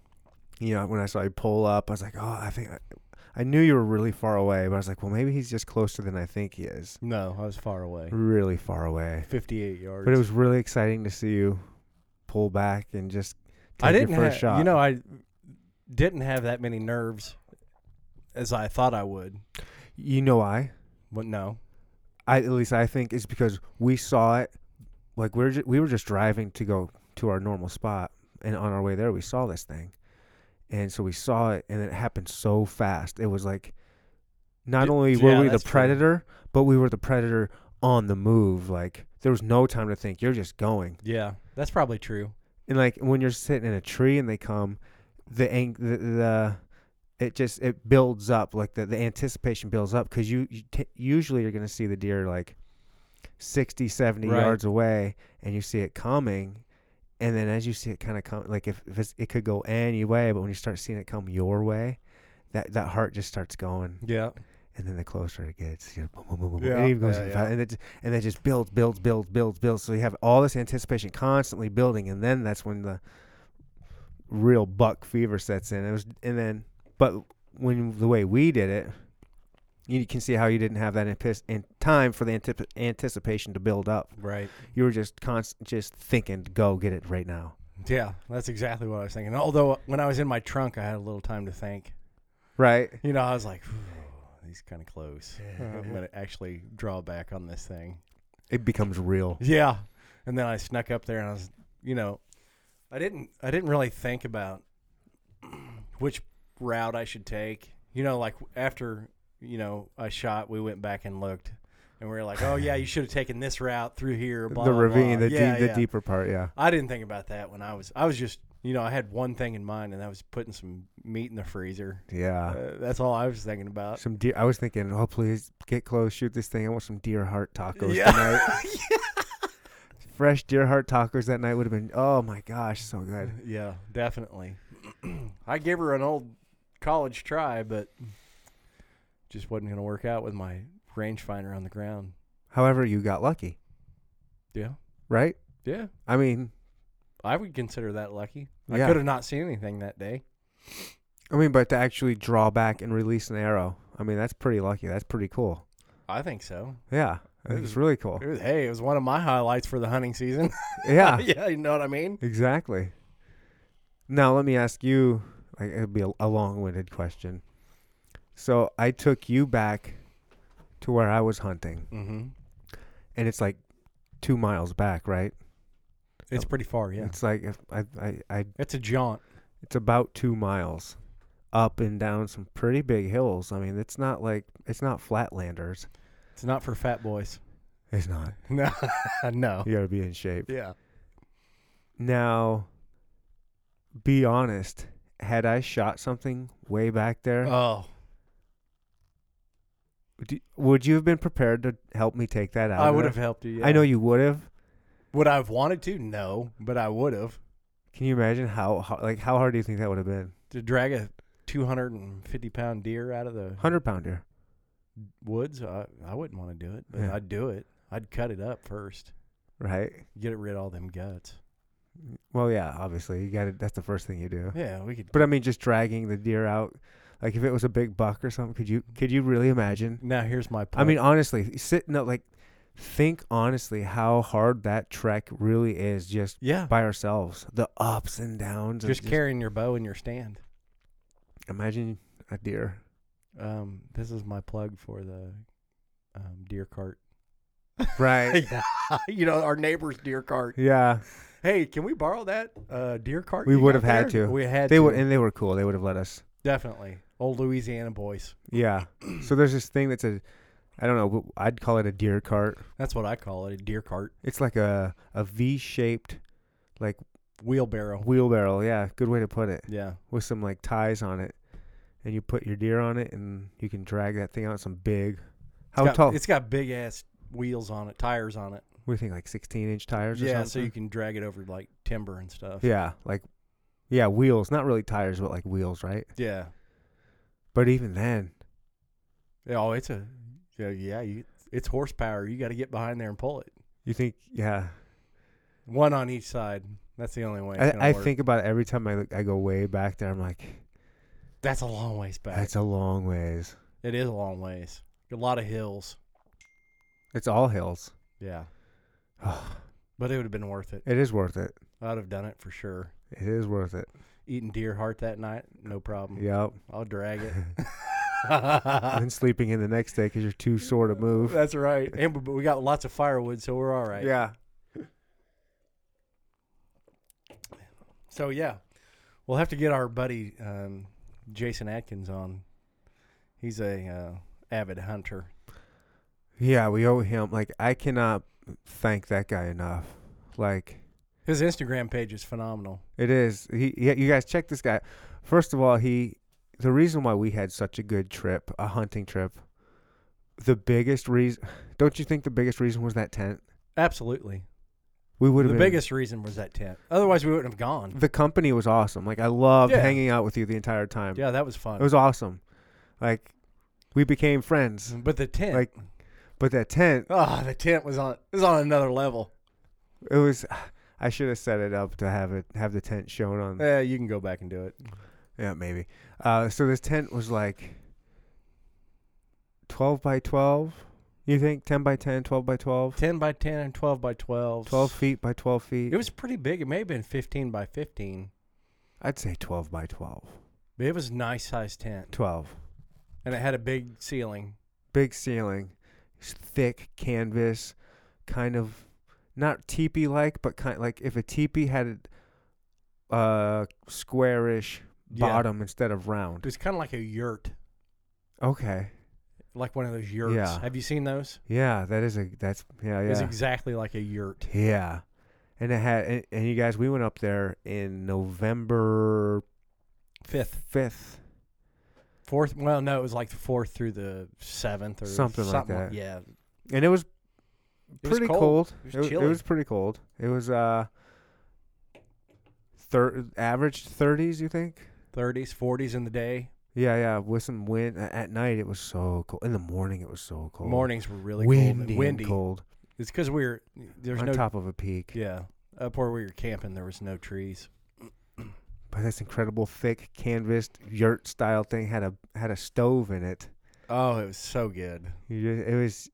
You know, when I saw you pull up, I was like, "Oh, I think." I, I knew you were really far away, but I was like, well, maybe he's just closer than I think he is. No, I was far away. Really far away. 58 yards. But it was really exciting to see you pull back and just take I didn't your first have, shot. You know, I didn't have that many nerves as I thought I would. you know why? But no. I at least I think it's because we saw it. Like we're ju- we were just driving to go to our normal spot, and on our way there we saw this thing, and so we saw it, and it happened so fast. It was like, not D- only were yeah, we the that's true. predator, but we were the predator on the move. Like there was no time to think. You're just going. Yeah. That's probably true. and like when you're sitting in a tree and they come, the ang- the, the it just it builds up like the, the anticipation builds up because you, you t- usually you're gonna see the deer like 60 70 Right. yards away and you see it coming and then as you see it kind of come like if, if it's, it could go any way but when you start seeing it come your way that that heart just starts going Yeah. and then the closer it gets, you know, boom, boom, boom, boom, boom. Yeah, it even goes yeah, even yeah. fa- and it and it just builds, builds, builds, builds, builds. So you have all this anticipation constantly building, and then that's when the real buck fever sets in. It was, and then, but when the way we did it, you can see how you didn't have that antis- in time for the antip- anticipation to build up. Right. You were just constant, just thinking, go get it right now. Yeah, that's exactly what I was thinking. Although uh, when I was in my trunk, I had a little time to think. Right? You know, I was like, "Phew, "He's kind of close. I'm gonna actually draw back on this thing." It becomes real. Yeah. And then I snuck up there and I was, you know, I didn't I didn't really think about which route I should take. You know, like after, you know, I shot, we went back and looked and we were like, "Oh yeah, you should have taken this route through here." Blah, the blah, ravine, blah. the yeah, deep, the yeah. deeper part. Yeah. I didn't think about that when I was I was just, you know, I had one thing in mind and that was putting some meat in the freezer. Yeah. Uh, that's all I was thinking about. Some deer. I was thinking, oh please get close, shoot this thing. I want some deer heart tacos Yeah. tonight. Fresh deer heart tacos that night would have been. Oh my gosh, so good. Yeah, definitely. I gave her an old college try, but just wasn't going to work out with my rangefinder on the ground. However, you got lucky, Yeah. right? Yeah. I mean, I would consider that lucky. I Yeah. could have not seen anything that day. I mean, but to actually draw back and release an arrow, I mean, that's pretty lucky. That's pretty cool. I think so. Yeah, it was really cool. It was, hey, it was one of my highlights for the hunting season. Yeah, yeah, you know what I mean? exactly. Now let me ask you. Like, it'd be a, a long-winded question. So I took you back to where I was hunting. Mm-hmm. and it's like two miles back, right? It's pretty far, yeah. Oh. It's like if I, I, I, It's a jaunt. it's about two miles up and down some pretty big hills. I mean, it's not like it's not flatlanders. It's not for fat boys. It's not. No. no. You gotta be in shape. Yeah. Now, be honest. Had I shot something way back there, Oh, d- would you have been prepared to help me take that out? I of would there? have helped you. Yeah. I know you would have. Would I have wanted to? No, but I would have. Can you imagine how, how like how hard do you think that would have been? to drag a 250 pound deer out of the Hundred pounder. woods, I, I wouldn't want to do it, but Yeah. I'd do it. I'd cut it up first, Right. get rid of all them guts. Well, yeah. Obviously, you got to That's the first thing you do. Yeah, we could. But I mean, just dragging the deer out, like if it was a big buck or something, could you could you really imagine? Now here's my point. I mean, honestly, sitting up, like, think honestly how hard that trek really is, just yeah, by ourselves, the ups and downs. of just carrying your bow in your stand. Imagine a deer. Um, this is my plug for the um, deer cart. Right. yeah, you know our neighbor's deer cart. yeah. Hey, can we borrow that uh, deer cart? We you would got have had there? to. We had They to. would, and they were cool. They would have let us. definitely old Louisiana boys. Yeah. So there's this thing that's a, I don't know, but I'd call it a deer cart. That's what I call it, a deer cart It's like a a V-shaped wheelbarrow. wheelbarrow. Yeah, good way to put it. Yeah, with some like ties on it, and you put your deer on it, and you can drag that thing out. Some big, how It's got- tall? It's got big ass wheels on it, tires on it. we think like sixteen inch tires. yeah, or so something? you can drag it over like timber and stuff. Yeah, like, yeah, wheels. Not really tires, but like wheels, right? yeah. But even then, Yeah, Oh, it's a yeah, yeah. You, it's horsepower. You got to get behind there and pull it. you think, yeah. One on each side. That's the only way. It's gonna I, I work. think about it every time I look, I go way back there. I'm like, that's a long ways back. that's a long ways. it is a long ways. A lot of hills. It's all hills. Yeah, but it would have been worth it. it is worth it. I'd have done it for sure. It is worth it. Eating deer heart that night, no problem. Yep. I'll drag it. and then sleeping in the next day because you're too sore to move. that's right. And we- but we got lots of firewood, so we're all right. Yeah. So yeah, we'll have to get our buddy um, Jason Atkins on. He's a uh, avid hunter. Yeah, we owe him. Like, I cannot thank that guy enough. Like, His Instagram page is phenomenal. it is. He, yeah, you guys check this guy. First of all, he, the reason why we had such a good trip, a hunting trip, the biggest reason, don't you think the biggest reason was that tent? Absolutely. We would The have been, biggest reason was that tent. Otherwise, we wouldn't have gone. The company was awesome. Like, I loved Yeah. hanging out with you the entire time. Yeah, that was It fun. was awesome. Like, we became friends. but the tent, Like- But that tent, oh, the tent was on it was on another level. it was. I should have set it up to have it have the tent shown on Yeah, you can go back and do it. Yeah, maybe. Uh, so this tent was like 12 by 12. You think 10 by 10, 12 by 12, 10 by 10 and 12 by 12. 12 feet by 12 feet? It was pretty big. It may have been 15 by 15, I'd say 12 by 12. but it was a nice size tent. 12. And it had a big ceiling. Big ceiling, s- thick canvas, kind of not teepee like, but kind like if a teepee had a uh, squarish Yeah. bottom instead of It round. was kind of like a yurt, Okay. like one of those yurts. Yeah. Have you seen those? Yeah, that is a that's yeah, It was yeah. exactly like a yurt. Yeah. And it had and, and you guys we went up there in November Fifth, 5th. fourth. Well, no, it was like the fourth through the seventh or Something like that. yeah. And it was It was pretty cold. cold. It was wa- chilly. was pretty cold. It was uh thir- average 30s, you think? 30s, 40s in the day. Yeah, yeah, with some wind A- at night it was so cold. In the morning it was so cold. Mornings were really cold. windy And and windy. cold It's because we were, there's on no, top of a peak. yeah. Up where we were camping, there was no trees. But this incredible thick canvas yurt style thing had a had a stove in it. Oh, it was so good. You just, it was,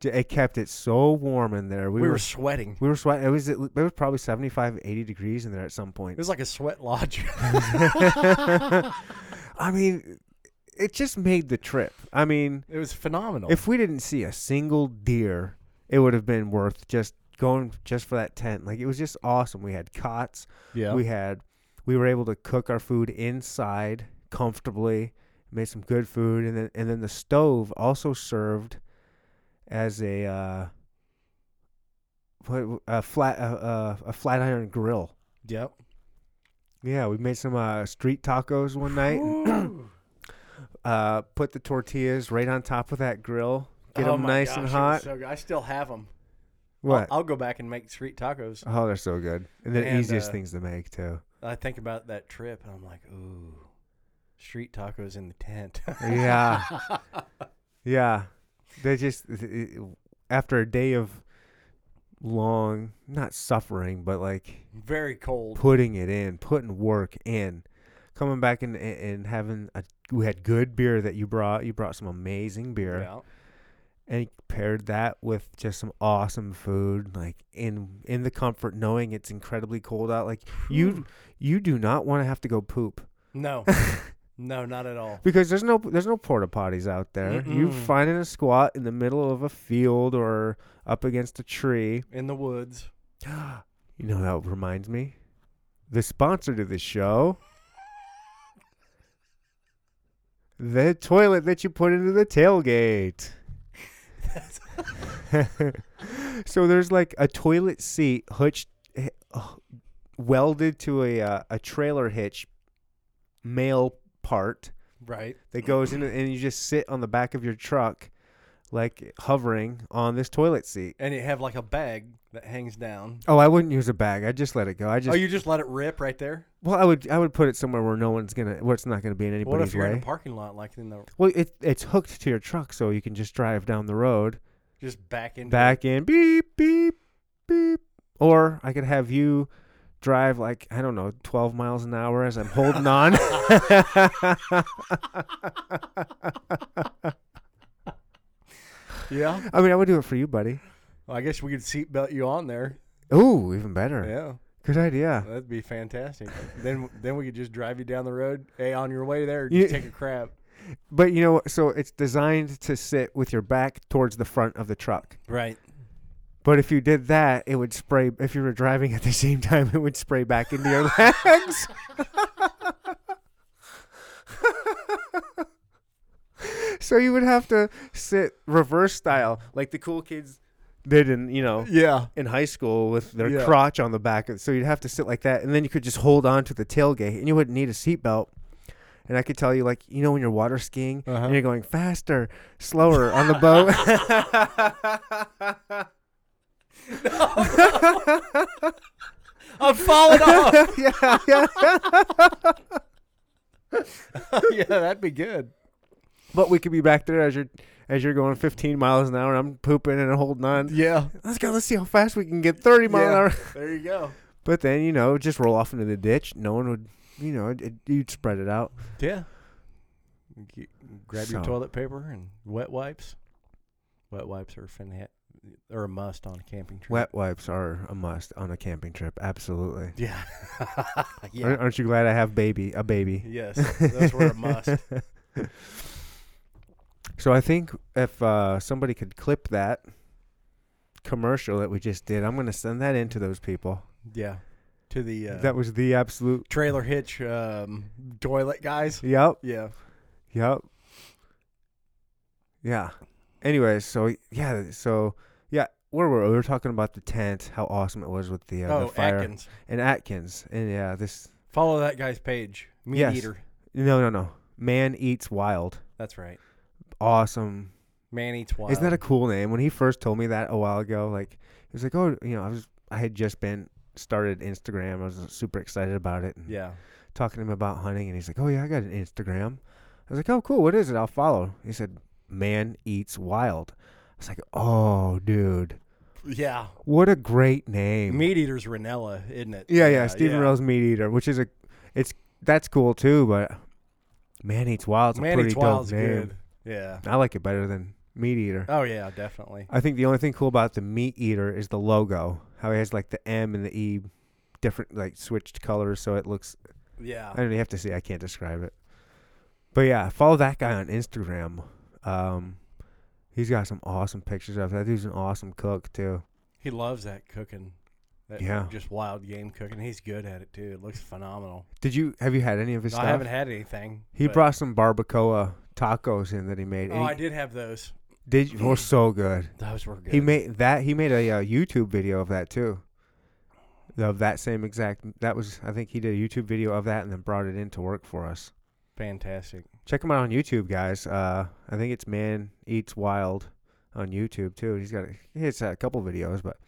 j- it kept it so warm in there. We, We, were, were, sweating. we were sweating. It was it was probably 75, 80 degrees in there at some It point. was like a sweat lodge. I mean, it just made the trip. I mean, it was phenomenal. if we didn't see a single deer, it would have been worth just going just for that tent. Like it was just awesome. We had cots. yeah. We had we were able to cook our food inside comfortably, made some good food and then and then the stove also served as a uh what a flat uh, uh, a flat iron grill. yep. Yeah, we made some uh, street tacos one night. Uh, put the tortillas right on top of that grill. Get Oh them my nice gosh, and it was hot. so good. I still have them. what? I'll, I'll go back and make street tacos. Oh, they're so good. And the And, easiest uh, things to make too. I think about that trip and I'm like, ooh, street tacos in the tent. Yeah. yeah. They just after a day of long not suffering, but like Very cold. putting it in, putting work in, coming back and and- and having a we had good beer that you brought. You brought some amazing beer Yeah. and paired that with just some awesome food like in in the comfort knowing it's incredibly cold out like you you do not want to have to go poop No. no, not at all. because there's no there's no porta potties out there. You Mm-mm. finding a squat in the middle of a field or up against a tree. In the woods. You know that reminds me, the sponsor to this show, the toilet that you put into the tailgate. so there's like a toilet seat hitched, h- uh, welded to a uh, a trailer hitch, male part Right. that goes in and you just sit on the back of your truck like hovering on this toilet seat. And you have like a bag that hangs down. Oh, I wouldn't use a bag. I'd just let it go. I just oh, you just let it rip right there? well, I would I would put it somewhere where no one's gonna where it's not gonna be in anybody's What if you're way. in a parking lot, like in the well, it it's hooked to your truck, so you can just drive down the road, just back in back in, beep beep beep. Or I could have you drive like I don't know, twelve miles an hour as I'm holding on. Yeah. I mean, I would do it for you, buddy. Well, I guess we could seatbelt you on there. Ooh, even better. Yeah. Good idea. That'd be fantastic. then then we could just drive you down the road. Hey, on your way there, You- just take a crap. But you know, what? so it's designed to sit with your back towards the front of the truck. Right. But if you did that, it would spray. If you were driving at the same time, it would spray back into your legs. so you would have to sit reverse style, like the cool kids did in you know Yeah. in high school with their Yeah. crotch on the back. of- So you'd have to sit like that, and then you could just hold on to the tailgate, and you wouldn't need a seatbelt. And I could tell you, like you know, when you're water skiing Uh-huh. and you're going faster, slower on the boat. I'm falling off. yeah, yeah. yeah, that'd be good. But we could be back there as you're as you're going 15 miles an hour, and I'm pooping and holding on. Yeah. Let's go. Let's see how fast we can get 30 mile an hour. There you go. But then you know, just roll off into the ditch. No one would, you know, it, it- you'd spread it out. Yeah. G- Grab your So- toilet paper and wet wipes. Wet wipes are fin- or a must on a camping trip. Wet wipes are a must on a camping trip. Absolutely. Yeah. yeah. Aren't- Aren't you glad I have baby a baby? Yes, those were a must. So I think if uh, somebody could clip that commercial that we just did, I'm going to send that in to those people. Yeah, to the uh, That was the absolute. trailer hitch um, toilet guys. Yep. Yeah, Yep. Yeah. Anyways, so yeah, so yeah, where were we? we were talking about the tent, how awesome it was with the, uh, the oh fire Atkins, and Atkins, and yeah, this follow that guy's page. Meat Yes. eater. no no no man eats wild, That's right. awesome. Man eats wild. Isn't that a cool name? When he first told me that a while ago, like he was like, oh, you know, I was I had just been started Instagram, I was super excited about it, and yeah? talking to him about hunting, and he's like, "Oh yeah, I got an Instagram." I was like, "Oh cool, what is it? I'll follow." He said, "Man eats wild." I was like, "Oh dude, Yeah. what a great name!" Meat eater's Ranella, isn't it? yeah, yeah, Stephen yeah. Rell's meat eater, which is a, it's that's cool too, but man eats wild's a Man pretty eats dope wild's name. good. Yeah. I like it better than meat eater. Oh yeah, definitely. I think the only thing cool about the meat eater is the logo, how it has like the M and the E, different like switched colors, so it looks Yeah. I don't you have to see. I can't describe it. But yeah, follow that guy on Instagram. Um, he's got some awesome pictures of it. that dude's an awesome cook too. He loves that cooking. That Yeah. Just wild game cooking. He's good at it too. It looks phenomenal. Did you have you had any of his No, stuff? I haven't had anything. he but- brought some barbacoa tacos in that he made. Oh, and I he, did have those. did you? Were so good. Those were good. He made that. He made a uh, YouTube video of that too. Of that same exact. That was I think he did a YouTube video of that and then brought it in to work for us. fantastic. check him out on YouTube, guys. Uh, I think it's Man Eats Wild on YouTube too. He's got he has a couple videos, but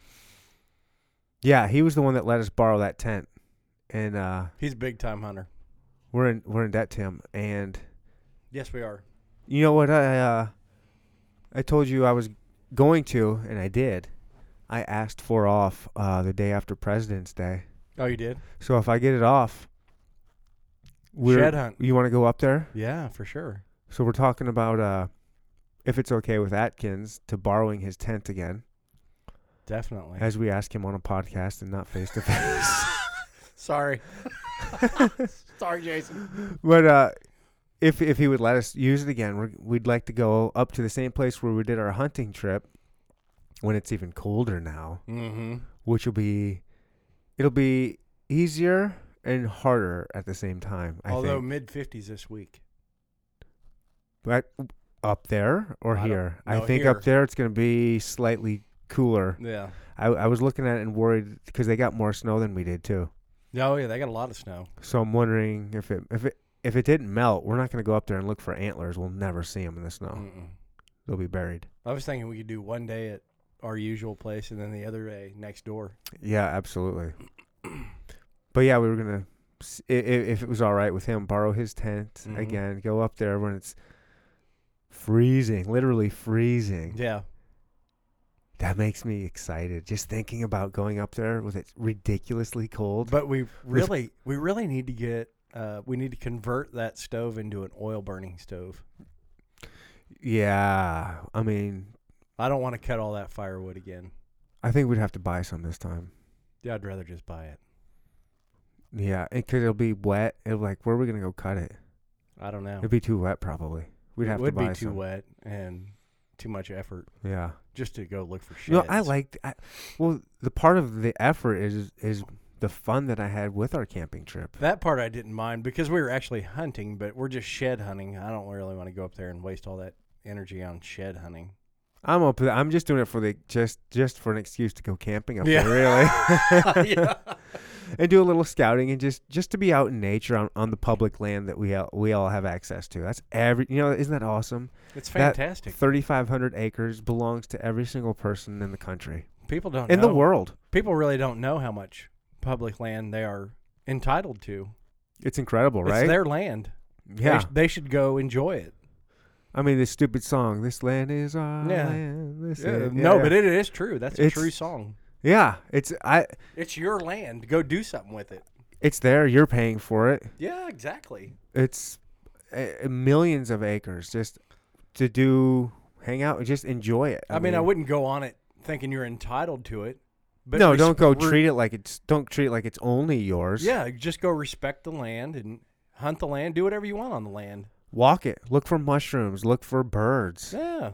yeah, he was the one that let us borrow that tent, and uh, He's a big time hunter. we're in we're in debt to him. And Yes, we are. you know what? I uh, I told you I was going to, and I did. I asked for off uh, the day after President's Day, Oh, you did? so if I get it off, Shed hunt. You want to go up there? Yeah, for sure. So we're talking about uh, if it's okay with Atkins to borrowing his tent again, Definitely. as we ask him on a podcast and not face to face. Sorry. Sorry, Jason. But uh, if if he would let us use it again, we're, we'd like to go up to the same place where we did our hunting trip when it's even colder now, Mm-hmm. which will be it'll be easier and harder at the same time. I Although think. mid fifties this week. but up there or I don't- here, I no, think here. up there it's going to be slightly cooler. Yeah. I, I was looking at it and worried because they got more snow than we did too. No, yeah, they got a lot of snow. So I'm wondering if it if it if it didn't melt, we're not going to go up there and look for antlers. We'll never see them in the snow. Mm-mm. They'll be buried. I was thinking we could do one day at our usual place and then the other day next door. Yeah, absolutely. but yeah, we were gonna s- i- i- if it was all right with him, borrow his tent Mhm. again. Go up there when it's freezing, literally freezing. Yeah. That makes me excited just thinking about going up there with it ridiculously cold. But we really we really need to get uh, we need to convert that stove into an oil burning stove. yeah, I mean, I don't want to cut all that firewood again. I think we'd have to buy some this time. Yeah, I'd rather just buy it. Yeah, it could. It'll be wet. It'll like where are we gonna go cut it? I don't know. It'd be too wet probably. We'd It have would to buy be too some. wet and too much effort Yeah. just to go look for shit. You know, I liked. I, well, the part of the effort is is the fun that I had with our camping trip. That part I didn't mind because we were actually hunting, but we're just shed hunting. I don't really want to go up there and waste all that energy on shed hunting. I'm up. I'm just doing it for the just just for an excuse to go camping up Yeah. there, really, yeah. and do a little scouting and just just to be out in nature on, on the public land that we all, we all have access to. That's every. You know, isn't that awesome? It's That- fantastic. 3,500 acres belongs to every single person in the country, people don't in know. the world. People really don't know how much public land they are entitled to. It's incredible, right? It's their land. They Yeah. sh- They, should go enjoy it. I mean, this stupid song, "This Land Is Our Yeah. Land." This Yeah, is- Uh, no, yeah. but it is true. That's a It's- true song. yeah, it's I, It's your land. Go do something with it. it's there. You're paying for it. Yeah, exactly. It's uh, millions of acres just to do hang out and just enjoy it. I, mean, I wouldn't go on it thinking you're entitled to it. But no, don't go treat. treat it like it's don't treat it like it's only yours. Yeah, just go respect the land and hunt the land. Do whatever you want on the land. Walk it. Look for mushrooms. Look for birds. Yeah.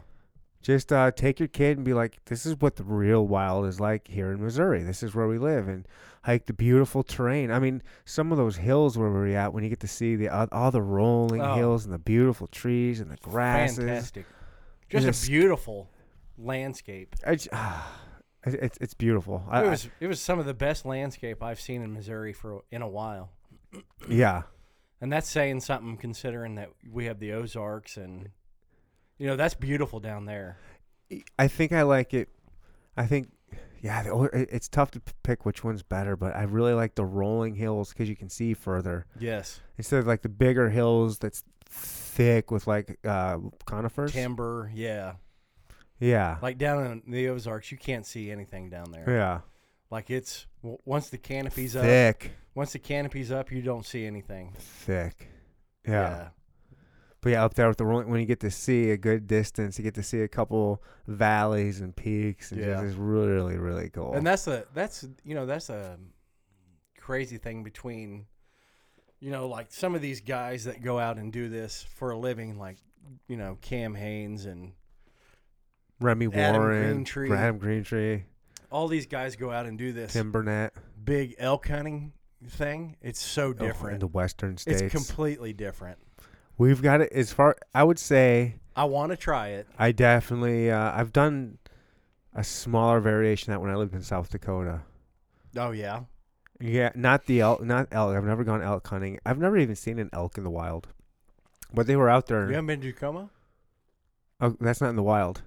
Just uh, take your kid and be like, this is what the real wild is like here in Missouri. This is where we live and hike the beautiful terrain. I mean, some of those hills where we're at, when you get to see the uh, all the rolling Oh. hills and the beautiful trees and the grasses. Fantastic. Just Just- a beautiful landscape. I j- it- it's, it's beautiful. I, It I- was it was some of the best landscape I've seen in Missouri for in a while. yeah. And that's saying something considering that we have the Ozarks and you know, that's beautiful down there. I think I like it. I think, yeah, the, older- it- it's tough to p- pick which one's better, but I really like the rolling hills because you can see further Yes. instead of like the bigger hills that's thick with like uh, conifers. Timber, yeah. yeah, Like down in the Ozarks, you can't see anything down there. yeah, Like it's w- once the canopy's up, thick, once the canopy's up, you don't see anything. thick. Yeah. but yeah, up there with the rolling, when you get to see a good distance, you get to see a couple valleys and peaks, and Yeah. just, it's really, really cool. And that's a that's you know that's a crazy thing between you know like some of these guys that go out and do this for a living like you know Cam Haynes and Remy Adam Warren, Greentree. Adam Greentree, all these guys go out and do this Tim Burnett, Oh, big elk hunting thing. It's so over in different. the Western states. it's completely different. We've got it as far. I would say I want to try it. I definitely. Uh, I've done a smaller variation of that when I lived in South Dakota. Oh yeah. Yeah, not the elk. Not elk. I've never gone elk hunting. I've never even seen an elk in the wild. But they were out You there. haven't been to Tacoma? Oh, that's not in the wild.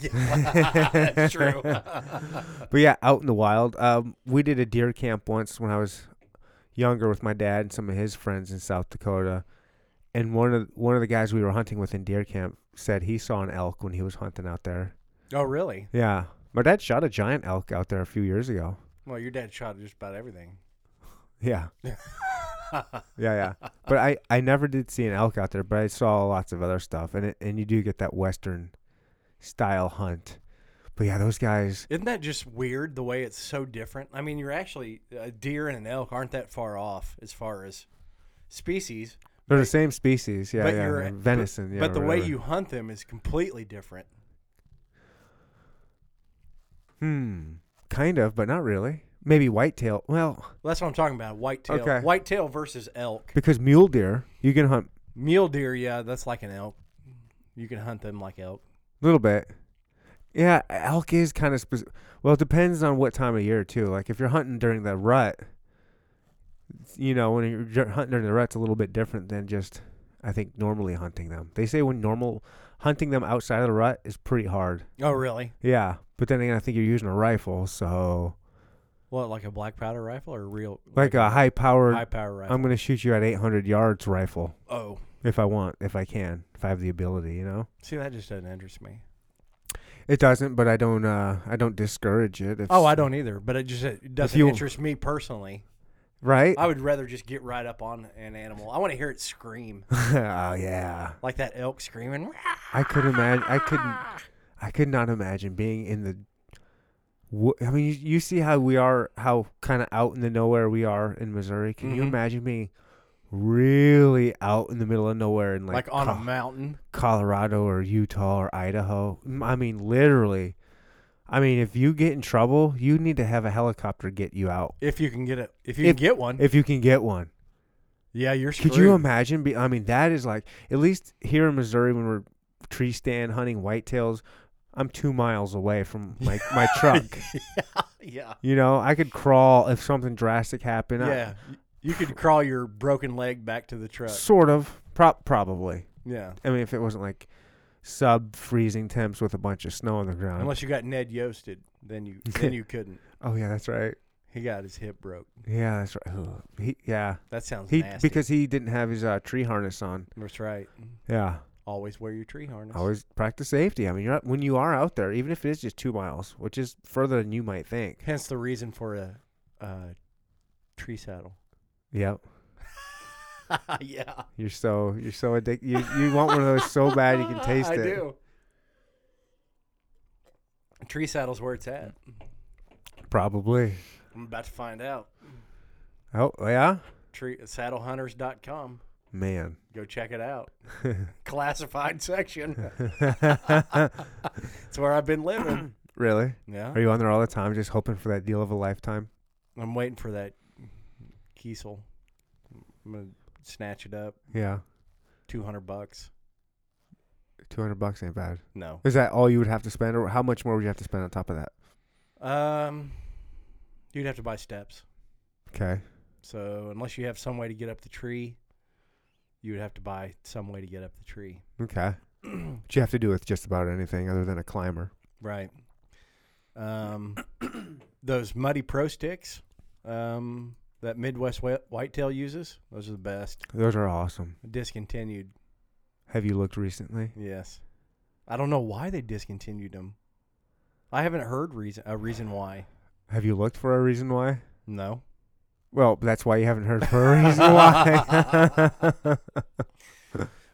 yeah, that's true. But yeah, out in the wild. Um, we did a deer camp once when I was younger with my dad and some of his friends in South Dakota. And one of one of the guys we were hunting with in deer camp said he saw an elk when he was hunting out there. oh really? Yeah. My dad shot a giant elk out there a few years ago. Well, your dad shot just about everything. Yeah. yeah, yeah. But I, I never did see an elk out there, but I saw lots of other stuff. And it, and you do get that Western style hunt. But yeah, those guys, Isn't that just weird the way it's so different? I mean, you're actually a deer and an elk aren't that far off as far as species, they're the same species. Yeah, but yeah. you're and venison. But, yeah, but the way whatever. you hunt them is completely different. Hmm. Kind of, but not really. Maybe whitetail. Well, Well, that's what I'm talking about. Whitetail, Okay. whitetail versus elk. because mule deer, you can hunt Mule deer, yeah, that's like an elk. You can hunt them like elk. a little bit. Yeah, elk is kind of specific. Well, it depends on what time of year too. Like if you're hunting during the rut, you know, when you're ju- hunting during the rut, it's a little bit different than just I think normally hunting them. They say when normal hunting them outside of the rut is pretty hard. Oh, really? Yeah, but then again, I think you're using a rifle, so What, like a black powder rifle or a real like a high powered. high power rifle? I'm gonna shoot you at 800 yards rifle oh, if I want, if I can, if I have the ability, you know. see, that just doesn't interest me. It doesn't, but I don't. Uh, I don't discourage it. If, Oh, I don't either, but it just it doesn't you- interest me personally. Right? I would rather just get right up on an animal. I want to hear it scream oh yeah. like that elk screaming. I could imagine. I couldn't. I could not imagine being in the. wo- I mean, you, you see how we are, how kind of out in the nowhere we are in Missouri. Can you Mhm. imagine being really out in the middle of nowhere in like, Like, on a Co- mountain. Colorado or Utah or Idaho? M- I mean, literally. I mean, if you get in trouble, you need to have a helicopter get you out If you can get it, if you If- can get one, if you can get one. yeah, you're screwed. Could you imagine? Be, I mean, that is like at least here in Missouri when we're tree stand hunting whitetails, I'm two miles away from my my truck. yeah, You know, I could crawl if something drastic happened. I- yeah. You- You could crawl your broken leg back to the truck. sort of. Prop probably. Yeah, I mean, if it wasn't like sub freezing temps with a bunch of snow on the ground. unless you got Ned Yoasted, then you then you couldn't. oh yeah, that's right. He got his hip broke. Yeah, that's right. Ugh. He, yeah, That sounds he nasty. because he didn't have his uh, tree harness on. That's right. Yeah. Always wear your tree harness. Always practice safety. I mean, you're out, when you are out there, even if it is just two miles, which is further than you might think. Hence the reason for a, a tree saddle. Yep. yeah, You're so you're so addicted. You you want one of those so bad you can taste I it. do. Tree saddle's where it's at. Probably. I'm about to find out. Oh yeah, Tree saddlehunters.com. man. Go check it out. Classified section. It's where I've been living. really? Yeah. Are you on there all the time, just hoping for that deal of a lifetime? I'm waiting for that Kiesel. I'm gonna snatch it up. Yeah, Two hundred bucks. two hundred bucks ain't bad. No. Is that all you would have to spend, or how much more would you have to spend on top of that? Um, you'd have to buy steps. Okay. So unless you have some way to get up the tree, you would have to buy some way to get up the tree. Okay. But you have to do with just about anything other than a climber. Right. Um, those muddy pro sticks. Um, that Midwest whi- whitetail uses. Those are the best. Those are awesome. Discontinued. Have you looked recently? Yes. I don't know why they discontinued them. I haven't heard reason a reason why. Have you looked for a reason why? No. Well, that's why you haven't heard for a reason why.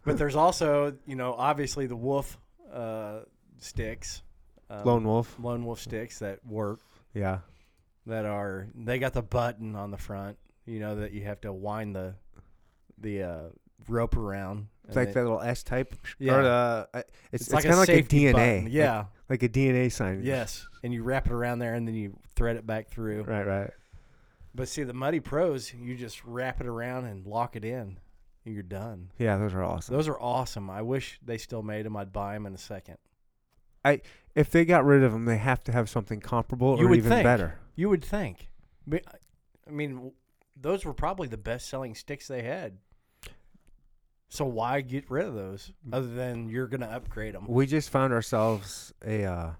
But there's also, you know, obviously the wolf uh, sticks. Um, Lone wolf. Lone wolf sticks that work Yeah. that are they got the button on the front, you know, that you have to wind the the uh, rope around. It's and like they- that little S type. Yeah. Or the, uh, it's, It's, it's, like kind a of like a safety DNA. button. like- Yeah. Like, a DNA sign. yes. And you wrap it around there and then you thread it back through. Right, right. But see the muddy pros, you just wrap it around and lock it in. And you're done. Yeah, those are awesome. Those are awesome. I wish they still made them. I'd buy them in a second. if they got rid of them, they have to have something comparable You or would even think. better. You would think. But, I mean, w- those were probably the best selling sticks they had. So why get rid of those other than you're going to upgrade them? We just found ourselves a uh,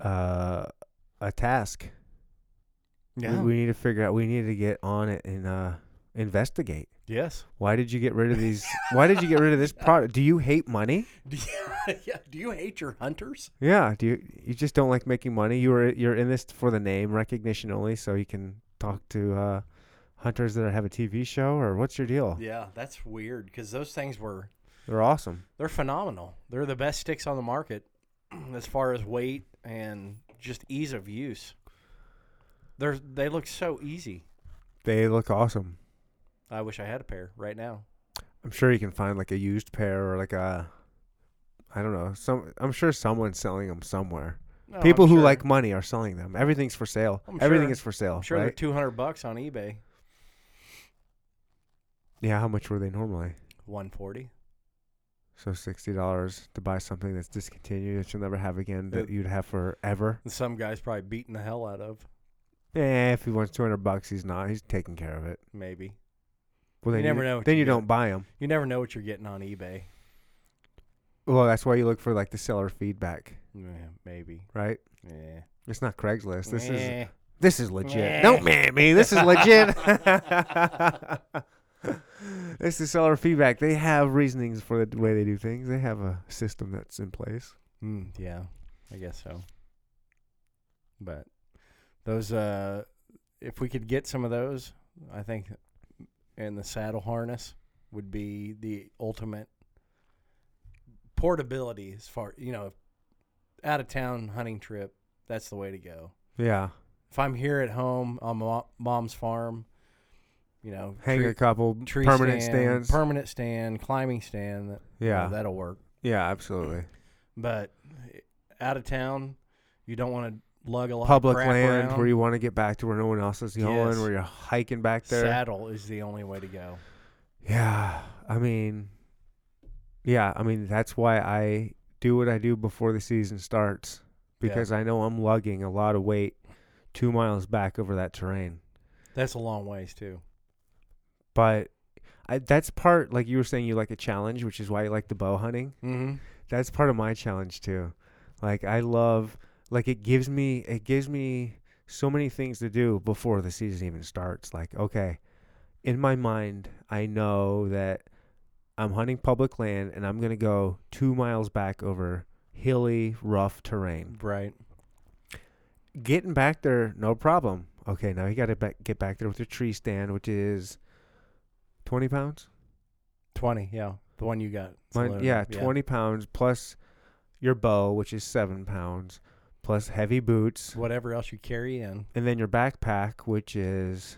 uh, a task. We- Yeah. We, need to figure out. We need to get on it and uh, investigate. yes. Why did you get rid of these? why did you get rid of this product? Do you hate money? Do you, yeah. Do you hate your hunters? Yeah. Do you? You just don't like making money. You were you're in this for the name recognition only, so you can talk to uh, hunters that have a TV show or what's your deal? Yeah, that's weird because those things were They're awesome. they're phenomenal. They're the best sticks on the market as far as weight and just ease of use. They're they look so easy. They look awesome. I wish I had a pair right now. I'm sure you can find like a used pair or like a, I don't know. Some I'm sure someone's selling them somewhere. No, People Oh, I'm who sure- like money are selling them. Everything's for sale. I'm Everything sure. is for sale, I'm sure they're right? two hundred bucks on eBay. yeah. How much were they normally? One forty. So sixty dollars to buy something that's discontinued that you'll never have again that It- you'd have forever. And some guy's probably beating the hell out of. Eh, if he wants two hundred bucks, he's not. He's taking care of it. Maybe Well, You then never know what Then you you get. don't buy them. you never know what you're getting on eBay. Well, that's why you look for like the seller feedback, Yeah, maybe. right? Yeah. It's not Craigslist. This is Eh. This is legit. Meh. Don't man me. This is legit. this is seller feedback. They have reasonings for the way they do things. They have a system that's in place. Mm, yeah, I guess so. But those, uh, if we could get some of those, I think, and the saddle harness would be the ultimate portability as far you know, out of town hunting trip. That's the way to go. Yeah. If I'm here at home on mo- mom's farm, you know, Hang Oh, tree- a couple tree permanent stand, stands. permanent stand, climbing stand. that- you know, yeah. that'll work yeah, absolutely. but eh, out of town, you don't want to lug a lot Public of crap land around. where you want to get back to where no one else is going, Yes. where you're hiking back there. saddle is the only way to go. Yeah. I mean Yeah, I mean that's why I do what I do before the season starts Yeah. because I know I'm lugging a lot of weight 2 miles back over that terrain. That's a long ways too. but I, that's part like you were saying you like a challenge which is why you like the bow hunting Mm-hmm. that's part of my challenge too like i love like it gives me it gives me so many things to do before the season even starts like okay in my mind i know that i'm hunting public land and i'm going to go two miles back over hilly rough terrain Right. getting back there, no problem. Okay, now you got to back, get back there with your tree stand, which is twenty pounds. Twenty, yeah, the one you got. It's Mine- aluminum, yeah, twenty pounds plus your bow, which is seven pounds, plus heavy boots, Whatever else you carry in, and then your backpack, which is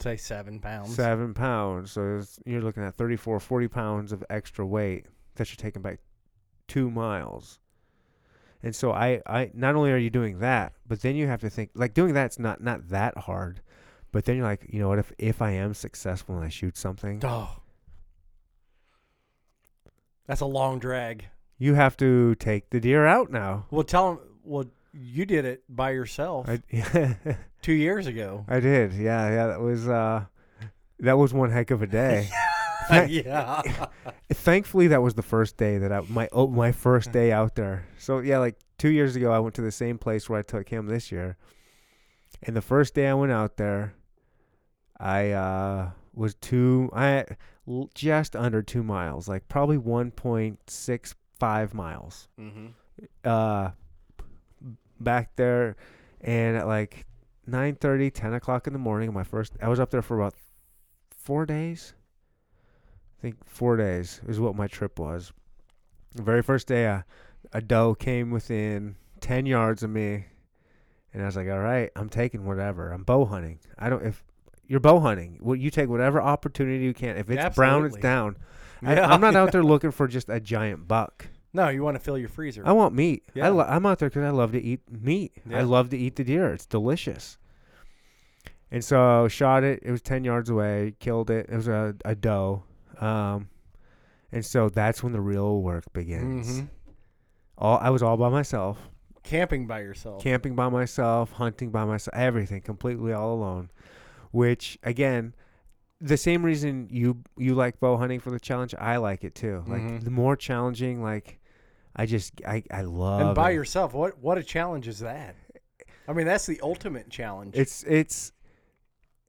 say seven pounds. seven pounds. So it's, you're looking at 34, 40 pounds of extra weight that you're taking back two miles. And so I, I not only are you doing that, but then you have to think like doing that's not not that hard. But then you're like, you know what? If if I am successful and I shoot something, Oh, that's a long drag. you have to take the deer out now. Well, tell him. Well, you did it by yourself I, two years ago. I did. Yeah, yeah. That was uh, that was one heck of a day. yeah. Thankfully, that was the first day that I my oh, my first day out there. So yeah, like two years ago, I went to the same place where I took him this year, and the first day I went out there, I uh, was two I l- just under two miles, like probably one point six five miles hmm uh back there and at like 9 10 o'clock in the morning my first i was up there for about four days i think four days is what my trip was the very first day uh, a doe came within 10 yards of me and i was like all right i'm taking whatever i'm bow hunting i don't if you're bow hunting well you take whatever opportunity you can if it's brown it's Absolutely. down Yeah. I, i'm not out there looking for just a giant buck No, you want to fill your freezer. I want meat. Yeah. I lo- I'm out there because I love to eat meat. Yeah. I love to eat the deer. It's delicious. And so shot it. It was ten yards away. Killed it. It was a, a doe. Um, and so that's when the real work begins. Mhm. All I was all by myself, Camping by yourself. camping by myself, hunting by myself, everything completely all alone. Which again, the same reason you you like bow hunting for the challenge, I like it too. Mhm. Like the more challenging, like I just I I love and by it. yourself. What what a challenge is that? I mean, that's the ultimate challenge. It's it's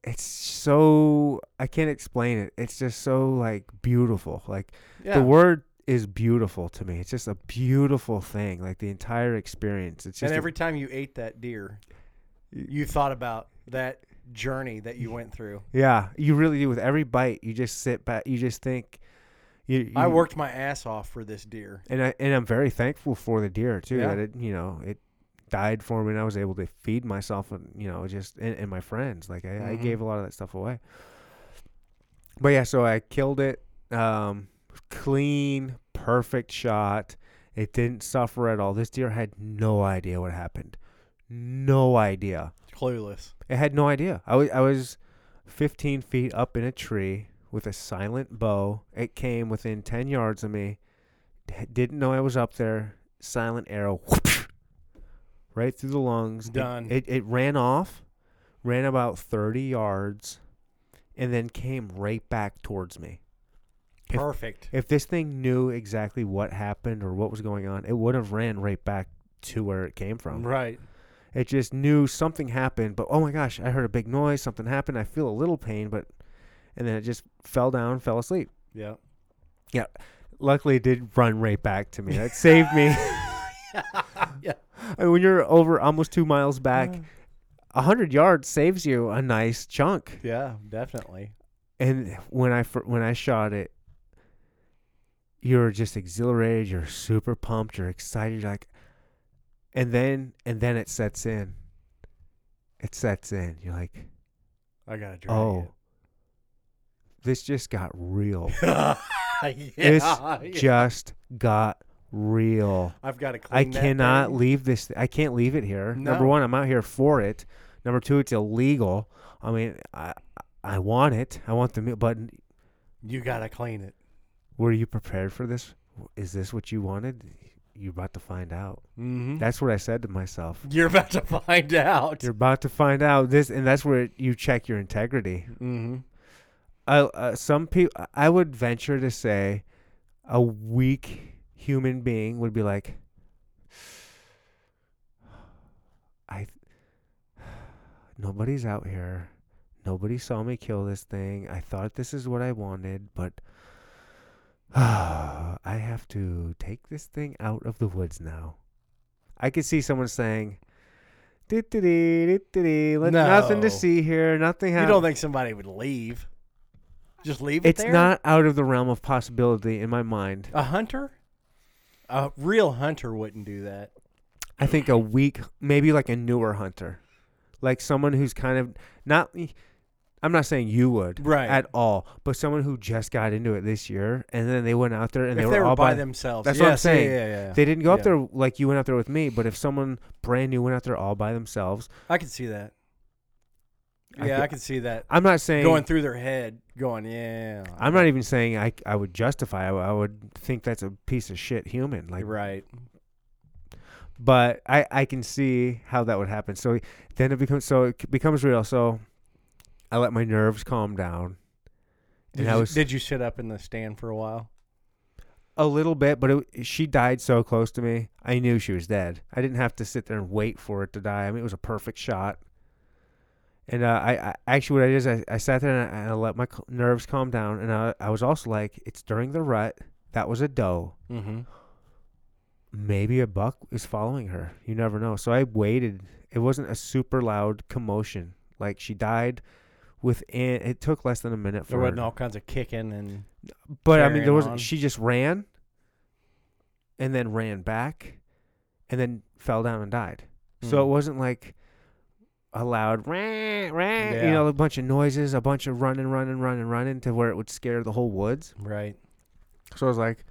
it's so I can't explain it. It's just so like beautiful. Like yeah. the word is beautiful to me. It's just a beautiful thing. Like the entire experience. It's just and a- every time you ate that deer, you thought about that journey that you went through. yeah. You really do with every bite. You just sit back. You just think. You, I you- worked my ass off for this deer. and I and I'm very thankful for the deer too. Yeah. That it you know it died for me and I was able to feed myself and you know just and, and my friends. Like I, I Mhm. gave a lot of that stuff away. But yeah, so I killed it. Um, clean, perfect shot. It didn't suffer at all. This deer had no idea what happened. No idea. Clueless. It had no idea. I was I was 15 feet up in a tree with a silent bow. It came within 10 yards of me. D- didn't know I was up there. Silent arrow, whoopsh, right through the lungs. It- Done. It, it ran off, ran about 30 yards, and then came right back towards me. If- Perfect. If this thing knew exactly what happened or what was going on, it would have ran right back to where it came from. Right. It just knew something happened, but oh my gosh, I heard a big noise, something happened, I feel a little pain, but and then it just fell down, fell asleep. Yeah. Luckily it did run right back to me. That saved me. Yeah. And when you're over almost two miles back, a hundred yards saves you a nice chunk. Yeah, definitely. And when I fir- when I shot it, you're just exhilarated, you're super pumped, you're excited, you're like and then and then it sets in. It sets in. You're like I got to drag Oh, this just got real. it. This yeah. just got real. I've got to clean I that cannot thing. leave this. I can't leave it here. Number No. one, I'm out here for it. Number two, it's illegal. I mean, I I want it. I want the meal. But You got to clean it. were you prepared for this? Is this what you wanted? You're about to find out. Mm-hmm. That's what I said to myself. You're about to find out. You're about to find out this, and that's where you check your integrity. Mm-hmm. I- uh, some people, I would venture to say, a weak human being would be like, I, nobody's out here. Nobody saw me kill this thing. I thought this is what I wanted, but I have to take this thing out of the woods now. I could see someone saying, "Dee-dee-dee, dee-dee-dee, let- Nothing No. to see here. Nothing You happened. don't think somebody would leave? Just leave it It's there. not out of the realm of possibility in my mind. a hunter. A real hunter wouldn't do that. I think a weak, maybe like a newer hunter, like someone who's kind of not. I'm not saying you would Right. at all, but someone who just got into it this year, and then they went out there and if they were they were all by, by themselves. That's what I'm Yes, saying. Yeah, yeah, yeah. They didn't go up Yeah. there like you went out there with me, but if someone brand new went out there all by themselves, I could see that. I Yeah, I, could- could see that I'm not saying going through their head, going, yeah. I'm not even saying I I would justify. I, w- I would think that's a piece of shit human. Like, right. but I I can see how that would happen. So then it becomes so it c- becomes real. So I let my nerves calm down. Did, and I you, was- did you sit up in the stand for a while? A little bit, but it, she died so close to me. I knew she was dead. I didn't have to sit there and wait for it to die. I mean, it was a perfect shot. And uh, I, I actually, what I did is I, I sat there and I, and I let my c- nerves calm down. And I, I was also like, it's during the rut. That was a doe. Mm-hmm. Maybe a buck is following her. You never know. So I waited. It wasn't a super loud commotion. Like she died within, it took less than a minute for There her wasn't all kinds of kicking and But I mean, carrying there wasn't. on. She just ran, and then ran back, and then fell down and died. So Mm. it wasn't like a loud rah, rah, you Yeah. know, a bunch of noises, a bunch of running, running, running, running to where it would scare the whole woods. right. So I was like,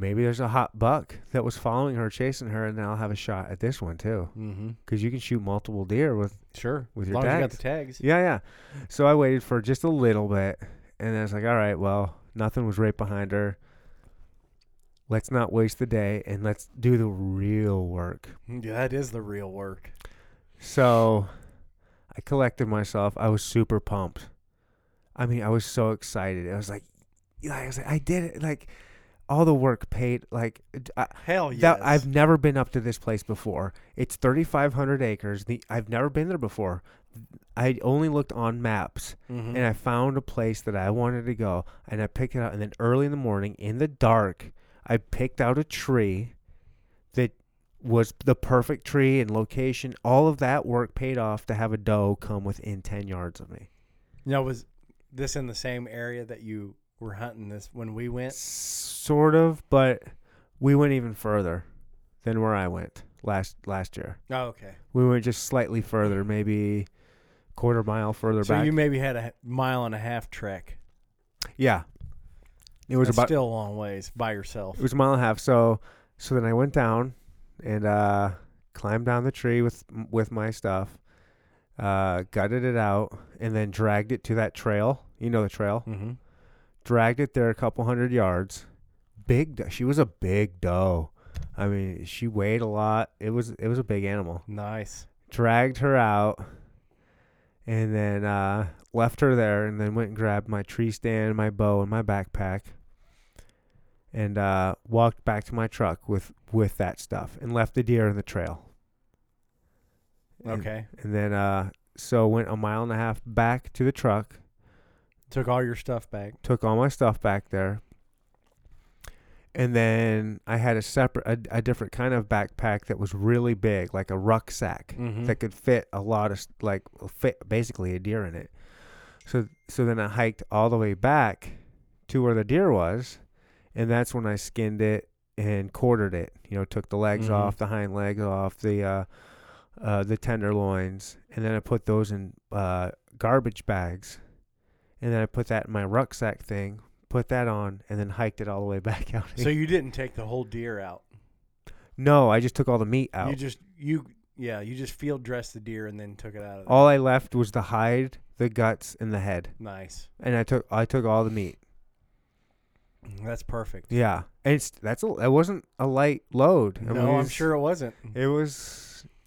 maybe there's a hot buck that was following her, chasing her, and then I'll have a shot at this one too, Mm-hmm. because you can shoot multiple deer with Sure. With as your long as you got tags. the tags. yeah, yeah. So I waited for just a little bit, and then I was like, all right, well, nothing was right behind her. Let's not waste the day and let's do the real work. Yeah, that is the real work. So I collected myself. I was super pumped. I mean, I was so excited. I was like, yeah, I was like, I did it. Like, all the work paid. Like, d- I, Hell Oh, yes. that I've never been up to this place before. It's 3,500 acres. The, I've never been there before. I only looked on maps Mhm. and I found a place that I wanted to go, and I picked it out. And then early in the morning, in the dark, I picked out a tree that was the perfect tree and location. All of that work paid off to have a doe come within ten yards of me. Now was this in the same area that you were hunting this when we went? Sort of, but we went even further than where I went last last year. Oh, okay. We went just slightly further, maybe quarter mile further So back. you maybe had a h- mile and a half trek. yeah, it It was about still a long ways by yourself. It was a mile and a half. So, so then I went down and uh, climbed down the tree with with my stuff, uh, gutted it out, and then dragged it to that trail. You know the trail. Mm-hmm. Dragged it there a couple hundred yards. Big. do- She was a big doe. I mean, she weighed a lot. It was it was a big animal. Nice. Dragged her out, and then uh, left her there, and then went and grabbed my tree stand, my bow, and my backpack and uh, walked back to my truck with with that stuff and left the deer in the trail. And- Okay. And then uh, so went a mile and a half back to the truck, Took all your stuff back. took all my stuff back there. And then I had a separate, a, a different kind of backpack that was really big, like a rucksack Mhm. that could fit a lot of, s- like, fit basically a deer in it. So, so then I hiked all the way back to where the deer was, and that's when I skinned it and quartered it. You know, took the legs Mhm. off, the hind legs off, the uh, uh, the tenderloins, and then I put those in uh, garbage bags, and then I put that in my rucksack thing, put that on, and then hiked it all the way back out. So you didn't take the whole deer out. no, I just took all the meat out. You just you yeah you just field dressed the deer and then took it out of there. all I left was the hide, the guts, and the head, nice. and I took I took all the meat. That's perfect. Yeah, and it's that's a, it wasn't a light load. I mean, No, I'm it's- sure it wasn't. it was.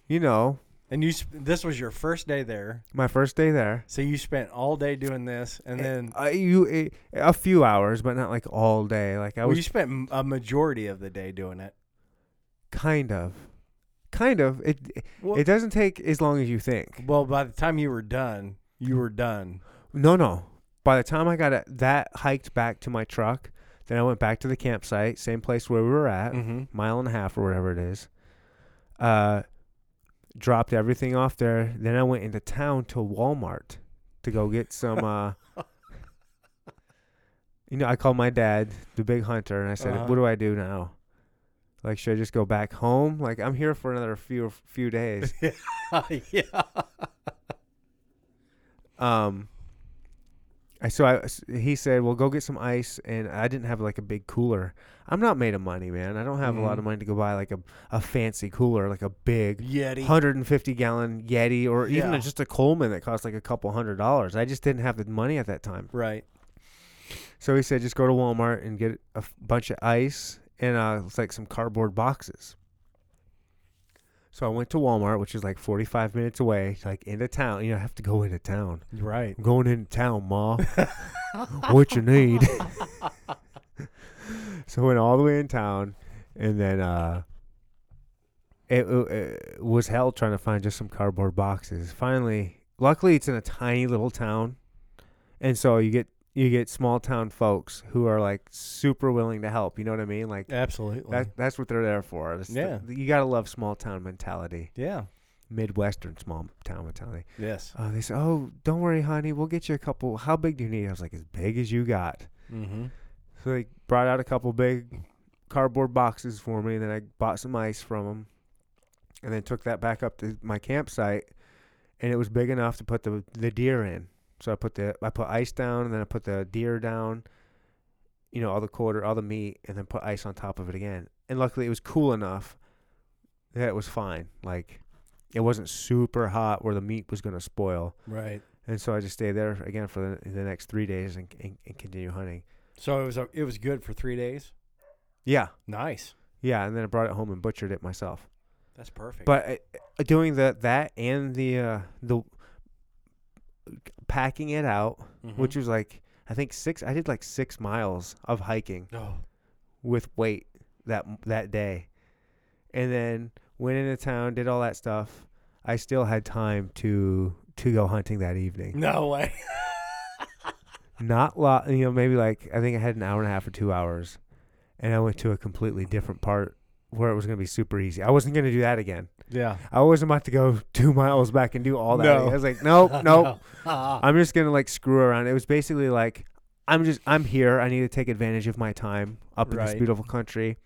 You know, And you sp- this was your first day there, my first day there. so you spent all day doing this, and then uh, you eh, a few hours, but not like all day. Like I well, was you spent m- a majority of the day doing it. kind of, kind of. It Well, it doesn't take as long as you think. well, by the time you were done, you were done. No, no. By the time I got it, that hiked back to my truck, then I went back to the campsite, same place where we were at, Mm-hmm. mile and a half or whatever it is. Uh, dropped everything off there. Then I went into town to Walmart to go get some. uh, you know, I called my dad, the big hunter, and I said, Uh-huh. "What do I do now? Like, should I just go back home? Like, I'm here for another few few days." yeah. um, I so I s- he said, "Well, go get some ice," and I didn't have like a big cooler. I'm not made of money, man. I don't have a lot of Mhm. money to go buy like a a fancy cooler, like a big Yeti. 150 gallon Yeti, or even Yeah. just a Coleman that cost like a couple hundred dollars. I just didn't have the money at that time. Right. So he said, just go to Walmart and get a f- bunch of ice and uh, it's like some cardboard boxes. So I went to Walmart, which is like 45 minutes away, like into town. You know, I have to go into town. Right. I'm going into town, Ma. what you need? so I went all the way in town, and then uh, it, it was hell trying to find just some cardboard boxes. Finally, luckily, it's in a tiny little town, and so you get you get small town folks who are like super willing to help. You know what I mean? Like Absolutely. that, that's what they're there for. It's the- Yeah. you gotta love small town mentality, yeah. midwestern small town mentality. Yes. Oh, they said, "Oh, don't worry, honey. We'll get you a couple. How big do you need?" I was like, "As big as you got." Mm-hmm. So they brought out a couple big cardboard boxes for me, and then I bought some ice from them, and then took that back up to my campsite, and it was big enough to put the the deer in. So I put the I put ice down, and then I put the deer down, you know, all the quarter, all the meat, and then put ice on top of it again. And luckily, it was cool enough that it was fine. Like, it wasn't super hot where the meat was gonna spoil. Right. And so I just stayed there again for the, the next three days and, and, and continue hunting. So it was a, it was good for three days. Yeah, Nice. yeah. And then I brought it home and butchered it myself. That's perfect. But I, I- doing the that and the uh, the packing it out, Mhm. which was like I think six. I did like six miles of hiking oh, with weight that that day, and then went into town, did all that stuff. I still had time to to go hunting that evening. no way. not lot you know maybe like i think i had an hour and a half or two hours and i went to a completely different part where it was going to be super easy i wasn't going to do that again yeah. i wasn't about to go two miles back and do all that No. i was like nope Uh-uh. nope No. i'm just going to like screw around it was basically like i'm just i'm here i need to take advantage of my time up in this Right. beautiful country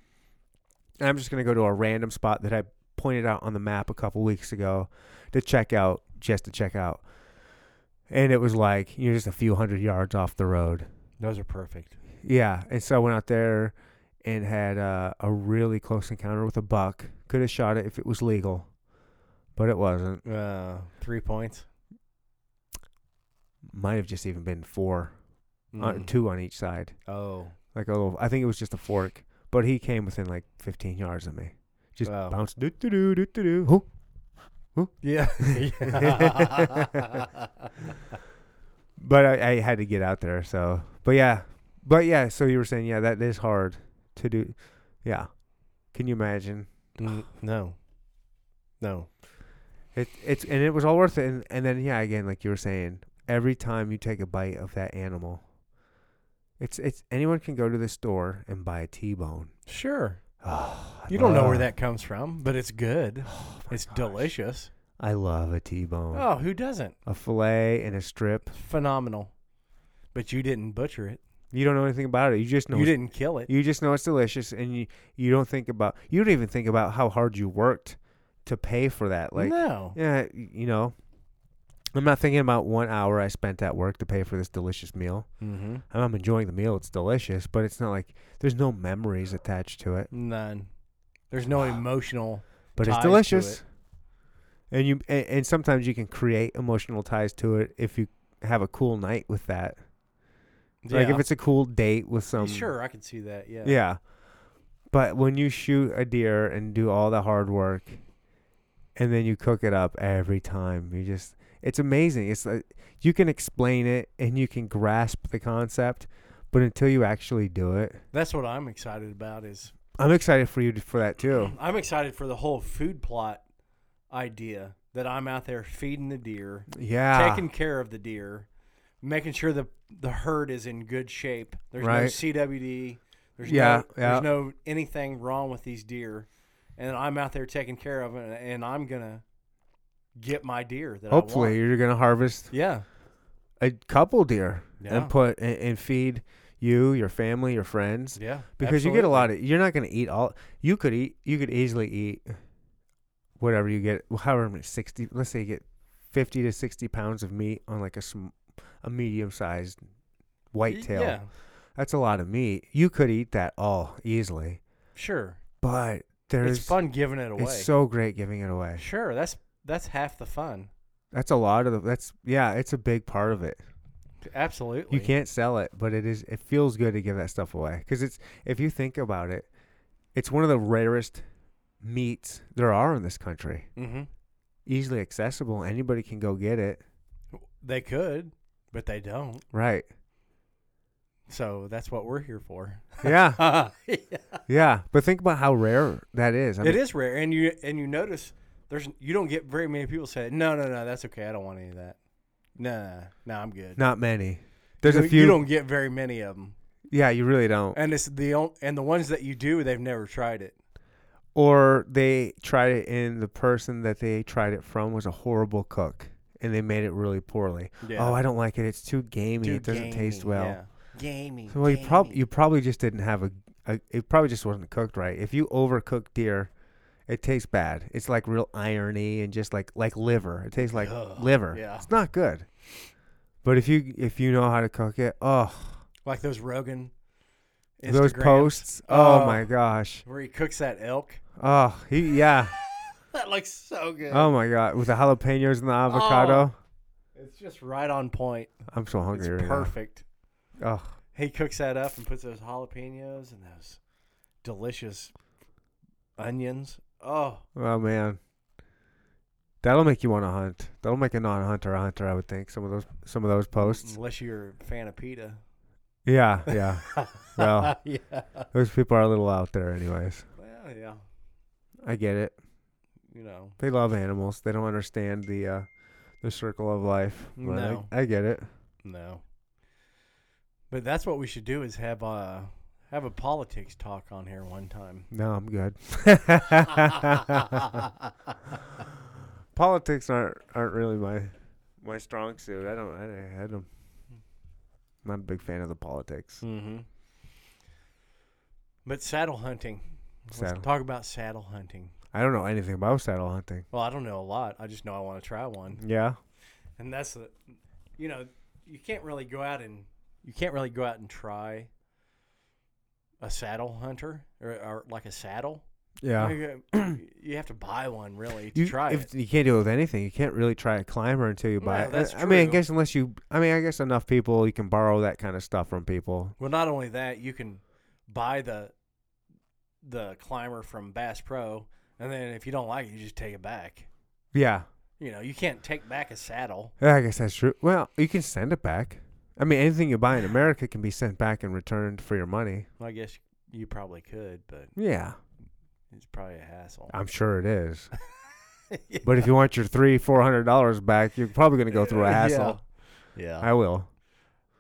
and i'm just going to go to a random spot that i pointed out on the map a couple weeks ago to check out just to check out and it was like you're just a few hundred yards off the road Those are perfect. yeah, and so I went out there and had uh, a really close encounter with a buck. Could have shot it if it was legal, but it wasn't. Uh, three points. Might have just even been four, uh, Mm. two on each side, Oh, like a little. I think it was just a fork, but he came within like 15 yards of me. Just Wow. bounced. Do do do do do do. Hoo. yeah. But I, I had to get out there. So, but yeah, but yeah. So you were saying, yeah, that is hard to do. Yeah, can you imagine? Mm, no. No. It it's and it was all worth it. And, and then yeah, again, like you were saying, every time you take a bite of that animal, it's it's anyone can go to the store and buy a T-bone. Sure. Oh, I You don't know where love- that comes from, but it's good. oh my It's gosh. delicious. I love a T-bone, Oh, who doesn't? a fillet and a strip. Phenomenal. But you didn't butcher it. You don't know anything about it. You just know you it's- didn't kill it. You just know it's delicious, and you you don't think about you don't even think about how hard you worked to pay for that. Like no. yeah, y- you know. I'm not thinking about one hour I spent at work to pay for this delicious meal. Mm-hmm. and I'm enjoying the meal. It's delicious, but it's not like there's no memories attached to it. None. There's no emotional. But Ties it's to delicious. it. And you and, and sometimes you can create emotional ties to it if you have a cool night with that. Like if Yeah. it's a cool date with some sure, I can see that. Yeah. Yeah. But when you shoot a deer and do all the hard work and then you cook it up every time, you just it's amazing. It's like you can explain it and you can grasp the concept, but until you actually do it, That's what I'm excited about. Is I'm excited for you to, for that too. I'm excited for the whole food plot idea that I'm out there feeding the deer, Yeah. taking care of the deer, making sure the the herd is in good shape. There's no Right. CWD. There's Yeah, no yeah. there's no anything wrong with these deer, and I'm out there taking care of them, and I'm gonna get my deer that I Hopefully, want. you're gonna harvest Yeah. a couple deer Yeah. and put and, and feed. you, your family, your friends, Yeah. because you get a lot of. You're not going to eat all. You could eat. You could easily eat whatever you get. However many sixty. Let's say you get fifty to sixty pounds of meat on like a sm- a medium sized absolutely. whitetail. Yeah. That's a lot of meat. You could eat that all easily, Sure. but there's it's fun giving it away. It's so great giving it away. sure. That's that's half the fun. That's a lot of the. That's yeah. It's a big part of it. Absolutely. You can't sell it, but it is. It feels good to give that stuff away because it's. If you think about it, it's one of the rarest meats there are in this country. Mm-hmm. Easily accessible. Anybody can go get it. They could, but they don't. Right. So that's what we're here for. Yeah. yeah. yeah. But think about how rare that is. I It is rare, and you and you notice there's you don't get very many people say no, no, no, that's okay. I don't want any of that. No, no, no I'm good. Not many. There's you, a few. You don't Eh. get very many of them, yeah, you really don't. and it's the on- and the ones that you do, they've never tried it. Or they tried it, and the person that they tried it from was a horrible cook, and they made it really poorly. Yeah. Oh, I don't like it. It's too gamey. Too it doesn't taste gamey, well. Yeah. Gamey. So well, you probably you probably just didn't have a, a. It probably just wasn't cooked right. If you overcook deer, it tastes bad. It's like real irony and just like like liver. It tastes like Ugh, liver. yeah. It's not good. But if you if you know how to cook it, oh like those Rogan. those Instagrams posts. Oh, Oh. my gosh. where he cooks that elk. Oh he yeah. That looks so good. Oh my god. With the jalapenos and the avocado. It's just right on point. I'm so hungry It's right perfect. now. Oh He cooks that up and puts those jalapenos and those delicious onions. Oh, oh man. That'll make you want to hunt. That'll make a non-hunter a hunter. I would think some of those some of those posts. unless you're a fan of pita. Yeah, yeah. Well. yeah. Those people are a little out there, anyways. Well, yeah. I get it. You know, They love animals. They don't understand the uh, the circle of life. but I- No. I, get it. no. But that's what we should do is have uh have a politics talk on here one time. No, I'm good. Politics aren't aren't really my my strong suit. I don't. I, I don't. I'm not a big fan of the politics. Mm-hmm. But saddle hunting. Saddle. Mm, Let's talk about saddle hunting. I don't know anything about saddle hunting. Well, I don't know a lot. I just know I want to try one. Yeah. and that's the you know you can't really go out and you can't really go out and try a saddle hunter or, or like a saddle Yeah. you, you have to buy one really to You, try if it you can't do it with anything, you can't really try a climber until you buy No, it. that's I, I mean, I true. guess unless you, I mean, I guess enough people you can borrow that kind of stuff from people. well not only that you can buy the the climber from bass pro and then if you don't like it you just take it back Yeah, you know you can't take back a saddle Yeah, I guess that's true. Well, you can send it back. I mean, anything you buy in America can be sent back and returned for your money. i guess you probably could but Yeah, it's probably a hassle I'm sure it is. But if you want your three, four hundred dollars back, you're probably going to go through a hassle. yeah I will.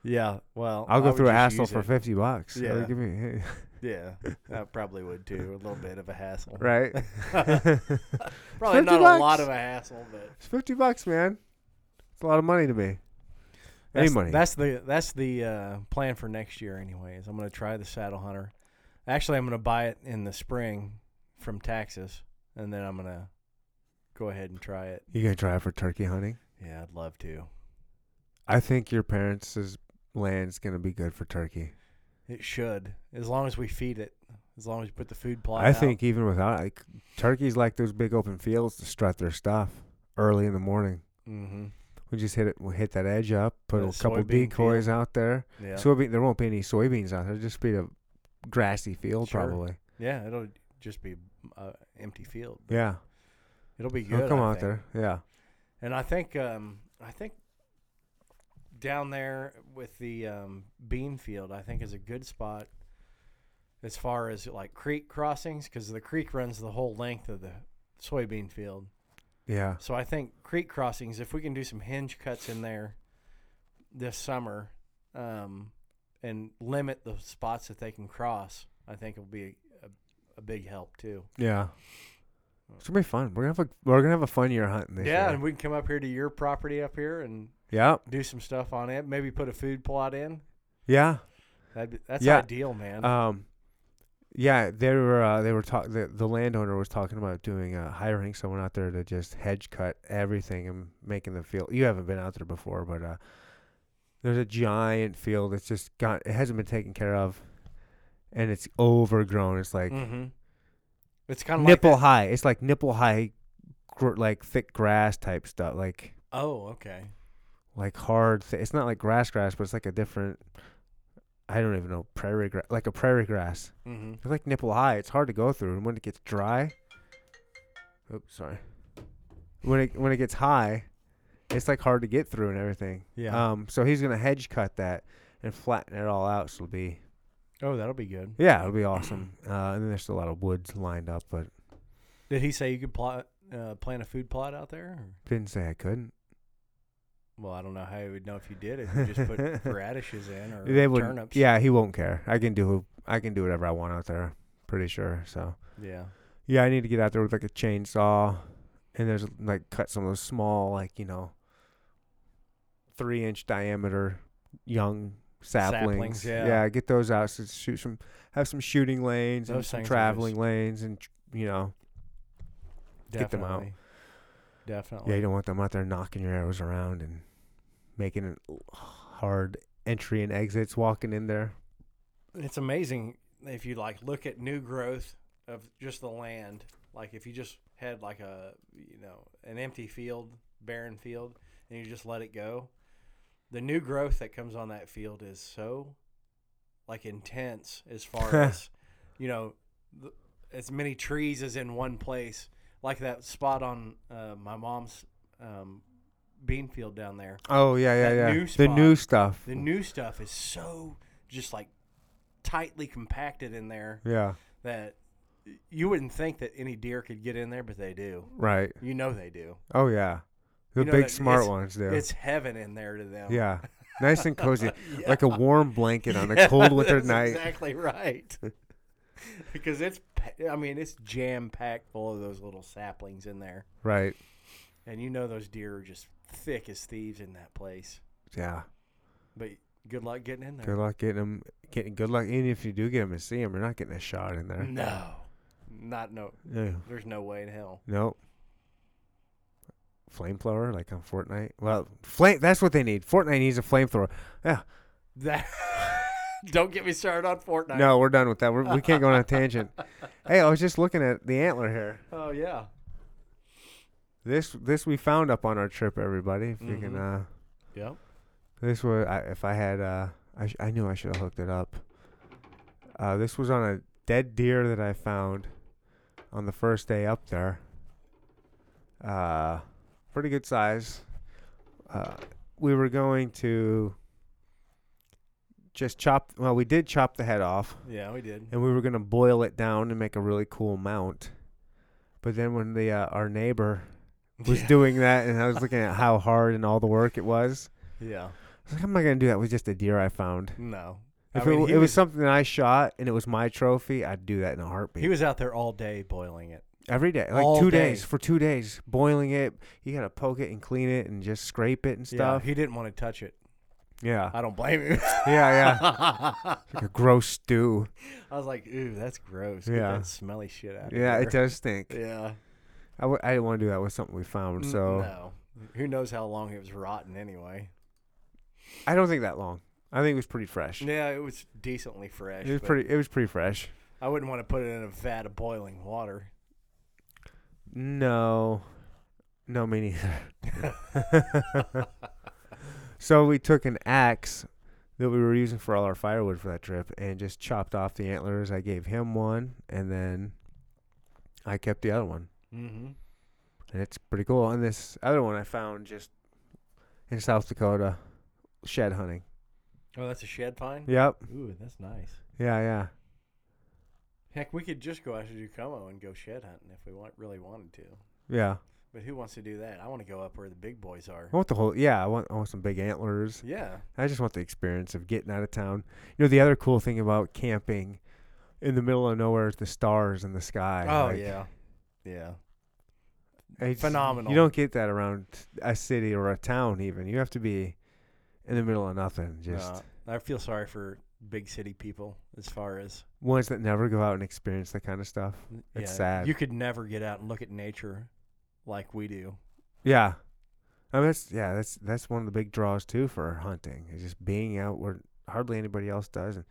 yeah well I'll I go would through a just hassle use for it. fifty bucks. Yeah, Yeah. give me Yeah, I probably would too. A little bit of a hassle, right. probably not a bucks. lot of a hassle, but It's fifty bucks, man. It's a lot of money to me. that's, money. That's the that's the uh, plan for next year. Anyways, I'm gonna try the saddle hunter. Actually, I'm gonna buy it in the spring from Texas, and then I'm gonna go ahead and try it. You gonna try it for turkey hunting? Yeah, I'd love to. I think your parents' land's gonna be good for turkey. It should, as long as we feed it, as long as you put the food plot. I out. think even without like, turkeys like those big open fields to strut their stuff early in the morning. hmm We just hit it. We hit that edge up. Put The a couple soybean decoys out there. Yeah. Soybean. There won't be any soybeans out there. Just be a grassy field Sure. probably. yeah, it'll just be uh, empty field. Yeah. It'll be He'll good. come I out think. there. Yeah. And I think um, I think down there with the um, bean field, I think is a good spot as far as like creek crossings because the creek runs the whole length of the soybean field. Yeah. So I think creek crossings, if we can do some hinge cuts in there this summer um, and limit the spots that they can cross, I think it'll be a, a big help too. Yeah. It's gonna be fun. We're gonna have a we're gonna have a fun year hunting this Yeah, year. and we can come up here to your property up here and yeah. do some stuff on it. Maybe put a food plot in. Yeah. That'd be, that's Yeah. ideal, man. Um, yeah, they were uh, they were talk the, the landowner was talking about doing uh, hiring someone out there to just hedge cut everything and making the field. You haven't been out there before, but uh, there's a giant field that's just got it hasn't been taken care of, and it's overgrown. It's like hmm It's kind of nipple Like high. It's like nipple high, gr- like thick grass type stuff. Like that. Oh, okay. like hard. Th- it's not like grass grass, but it's like a different. I don't even know prairie grass, like a prairie grass. hmm It's like nipple high. It's hard to go through, and when it gets dry, oops, sorry. When it when it gets high, it's like hard to get through and everything. Yeah. Um. So he's gonna hedge cut that and flatten it all out. So it'll be oh, that'll be good. yeah, it'll be awesome. Uh, and then there's still a lot of woods lined up, but Did he say you could plot uh, plant a food plot out there? Or- didn't say I couldn't. Well, I don't know how you would know if you did. If you just put radishes in or They would. turnips. Yeah, he won't care. I can do I can do whatever I want out there. Pretty sure. So Yeah. yeah, I need to get out there with like a chainsaw, and there's like cut some of those small like you know, three inch diameter young saplings. Saplings, yeah. get those out. So shoot some, have some shooting lanes and Those some things are traveling lanes, and tr- you know, Get them out. Definitely. Definitely. Oh, yeah, you don't want them out there knocking your arrows around and making an hard entry and exits walking in there. it's amazing if you like look at new growth of just the land like if you just had like a you know an empty field barren field and you just let it go the new growth that comes on that field is so like intense as far as you know th- as many trees as in one place like that spot on uh, my mom's um, bean field down there Oh yeah, yeah, That yeah. new the new spot. stuff. the new stuff is so just like tightly compacted in there yeah, that you wouldn't think that any deer could get in there, but they do. right. You know they do. Oh yeah, the You know big that smart it's- ones do. It's heaven in there to them. yeah, nice and cozy, Yeah. like a warm blanket on a cold winter That's night. Exactly right. because it's, pa- I mean, it's jam packed full of those little saplings in there, Right. and you know those deer are just thick as thieves in that place. Yeah. But good luck getting in there. Good luck getting them. Getting good luck. Even if you do get them and see them, you're not getting a shot in there. No, not no. No. There's no way in hell. Nope. Flamethrower, like on Fortnite. Well, flame. That's what they need. Fortnite needs a flamethrower. That don't get me started on Fortnite. No, we're done with that. We're, we can't go on a tangent. hey, I was just looking at the antler here. Oh yeah. This this we found up on our trip, everybody. If you can, uh, Mhm. Yep. this was I, if I had, uh, I sh- I knew I should have hooked it up. Uh, this was on a dead deer that I found on the first day up there. Uh, pretty good size. Uh, we were going to just chop. Well, we did chop the head off. Yeah, we did. and we were gonna boil it down and make a really cool mount. But then when the uh, our neighbor was yeah. doing that, and I was looking at how hard and all the work it was, Yeah. I was like, I'm not gonna do that with just a deer I found. No. I If mean, it, w- he it was, something that I shot and it was my trophy, I'd do that in a heartbeat. He was out there all day boiling it. Every day, like all two day. days for two days, boiling it. You gotta poke it and clean it and just scrape it and stuff. Yeah, he didn't want to touch it. Yeah, I don't blame him. yeah, yeah. I like a gross stew. was like, ooh, that's gross. Get Yeah. that smelly shit out. of Yeah, here. it does stink. Yeah. I w- I didn't want to do that with something we found, N- so no. Who knows how long it was rotten anyway? I don't think that long. I think it was pretty fresh. Yeah, it was decently fresh. It was but pretty. It was pretty fresh. I wouldn't want to put it in a vat of boiling water. No, no, me neither. so we took an axe that we were using for all our firewood for that trip, and just chopped off the antlers. I gave him one, and then I kept the other one, Mm-hmm. and it's pretty cool. And this other one I found just in South Dakota, shed hunting. Oh, that's a shed pine. Yep. Ooh, that's nice. Yeah. Yeah. Heck, we could just go out to Ducomo and go shed hunting if we want, really wanted to. Yeah. But who wants to do that? I want to go up where the big boys are. I want the whole. Yeah. I want. I want some big antlers. Yeah. I just want the experience of getting out of town. You know, the other cool thing about camping in the middle of nowhere is the stars in the sky. Oh Like, yeah, yeah. it's- Phenomenal. You don't get that around a city or a town, even. You have to be in the middle of nothing. Just No, I feel sorry for big city people as far as Ones that never go out and experience that kind of stuff. It's sad. You could never get out and look at nature like we do. Yeah. I mean, that's yeah, that's that's one of the big draws too for hunting. Is just being out where hardly anybody else does, and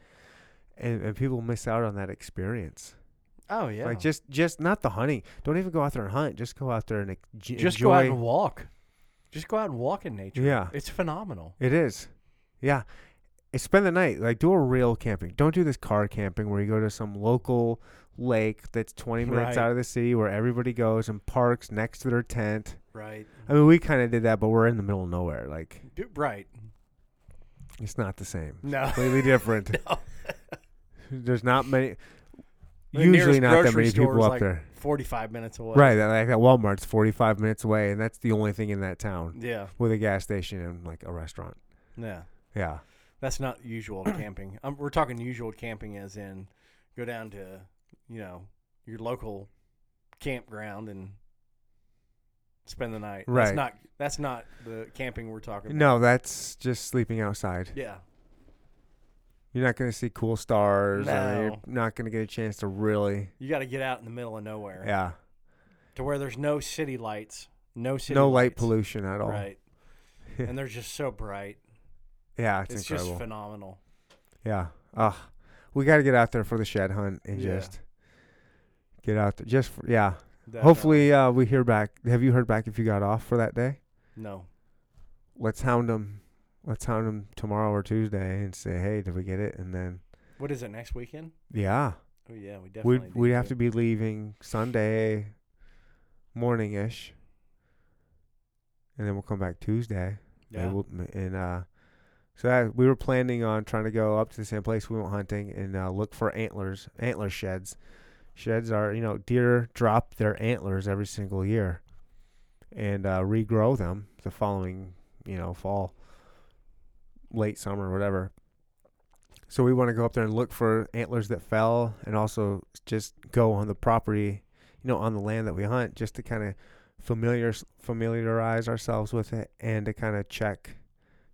and, and people miss out on that experience. Oh yeah, Like just just not the hunting. Don't even go out there and hunt. Just go out there and ex- j- just enjoy. go out and walk. Just go out and walk in nature. Yeah. it's phenomenal. It is. Yeah. And spend the night. Like do a real camping. Don't do this car camping where you go to some local lake that's 20 minutes Right. out of the city where everybody goes and parks next to their tent. Right, I mean, we kind of did that, but we're in the middle of nowhere. Like Dude, right. it's not the same. No, Completely different. No. There's not many The usually nearest not that grocery many store people is up like there. forty-five minutes away. Right, that- like that Walmart's 45 minutes away and that's the only thing in that town Yeah, with a gas station and like a restaurant. yeah. Yeah. That's not usual camping. Um, we're talking usual camping as in go down to, you know, your local campground and spend the night. Right. That's not that's not the camping we're talking about. No, that's just sleeping outside. Yeah. You're not going to see cool stars. Or you're No. not going to get a chance to really. You got to get out in the middle of nowhere Yeah. to where there's no city lights, no city no light lights, pollution at all. Right. and they're just so bright. Yeah, it's, It's, incredible. just phenomenal. Yeah. Ugh. We got to get out there for the shed hunt and Yeah. just get out there. Just for, yeah. Definitely. Hopefully uh, we hear back. Have you heard back if you got off for that day? No. Let's hound them. Let's hound them tomorrow or Tuesday and say, hey, did we get it? And then, What is it next weekend? yeah, Oh yeah, we definitely we'd need we'd have to be leaving Sunday morning ish, and then we'll come back Tuesday. yeah. And, we'll, and uh, so that, we were planning on trying to go up to the same place we went hunting and uh, look for antlers, antler sheds. Sheds are, you know, deer drop their antlers every single year and uh, regrow them the following, you know, fall, late summer, whatever. So we want to go up there and look for antlers that fell and also just go on the property, you know, on the land that we hunt just to kind of familiar familiarize ourselves with it and to kind of check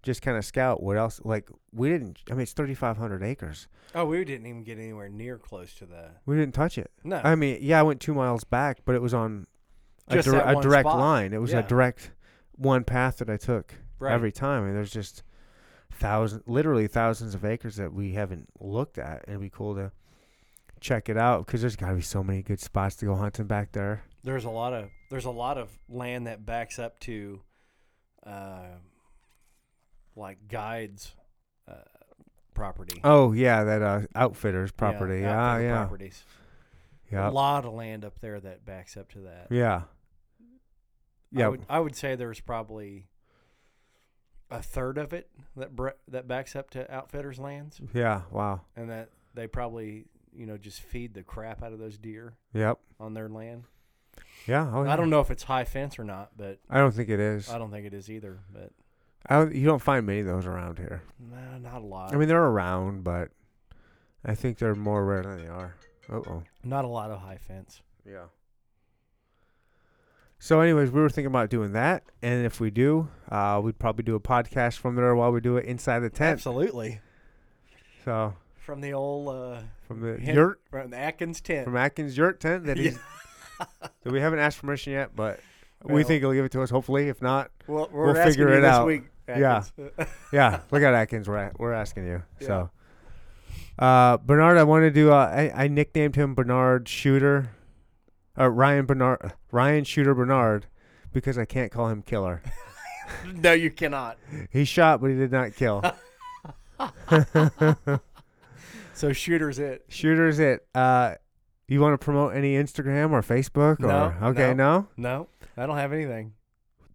just kind of scout what else like we didn't i mean it's 3500 acres Oh, we didn't even get anywhere near close to the we didn't touch it No. i mean yeah i went two miles back but it was on a, Just dir- that a one direct spot. line it was Yeah. a direct one path that i took right. every time and there's just thousand literally thousands of acres that we haven't looked at and it'd be cool to check it out because there's got to be so many good spots to go hunting back there there's a lot of there's a lot of land that backs up to uh, like guides uh, property oh yeah that uh outfitters property Ah, yeah outdoor yeah properties yeah, a lot of land up there that backs up to that Yeah. I Yeah. would, I would say there's probably a third of it that bre- that backs up to outfitters lands yeah. Wow. and that they probably you know just feed the crap out of those deer Yep. on their land Yeah. oh, I don't yeah. know if it's high fence or not but I don't think it is. I don't think it is either but I don't, you don't find many of those around here. nah, not a lot I mean, they're around, but I think they're more rare than they are. Uh oh. not a lot of high fence Yeah. So, anyways, we were thinking about doing that, and if we do, uh, we'd probably do a podcast from there while we do it inside the tent. Absolutely. So, From the old uh, from the Hen- yurt, from the Atkins tent. from Atkins yurt tent that, he's, that we haven't asked permission yet, but we Well- think he'll give it to us. Hopefully, if not, Well, we're We'll asking figure you it this out. Week, Yeah. Atkins. yeah, look at Atkins. We're a- we're asking you. Yeah. So, uh, Bernard, I wanted to. Uh, I I nicknamed him Bernard Shooter, uh, Ryan Bernard, Ryan Shooter Bernard, because I can't call him Killer. no, you cannot. He shot, but he did not kill. So shooter's it. Shooter's it. Uh, you want to promote any Instagram or Facebook or No, okay, no. No, I don't have anything.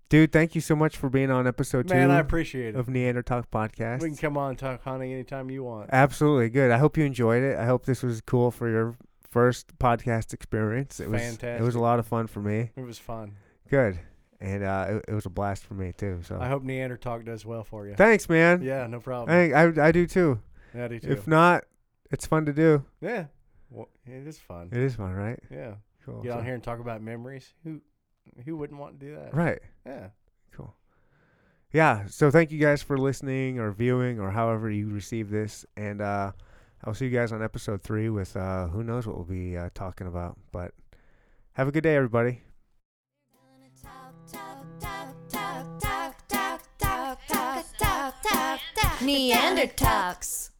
dude. Thank you so much for being on episode Man, I two appreciate it. of Neanderthal We Podcast. can come on and talk honey anytime you want. Absolutely good. I hope you enjoyed it. I hope this was cool for your first podcast experience. It was it was Fantastic. a lot of fun for me. It was fun. Good, and uh, it, it was a blast for me too. So I hope Neander Talk does well for you. thanks, man. yeah, no problem. I, I I do too. yeah, I do too. If not, it's fun to do. yeah, well, it is fun. It is fun, right? Yeah, Cool. get So- on here and talk about memories. Who, who wouldn't want to do that? Right. Yeah. Cool. yeah. So thank you guys for listening or viewing or however you receive this, and uh, I'll see you guys on episode three with uh, who knows what we'll be uh, talking about. But have a good day, everybody. Neanderthals.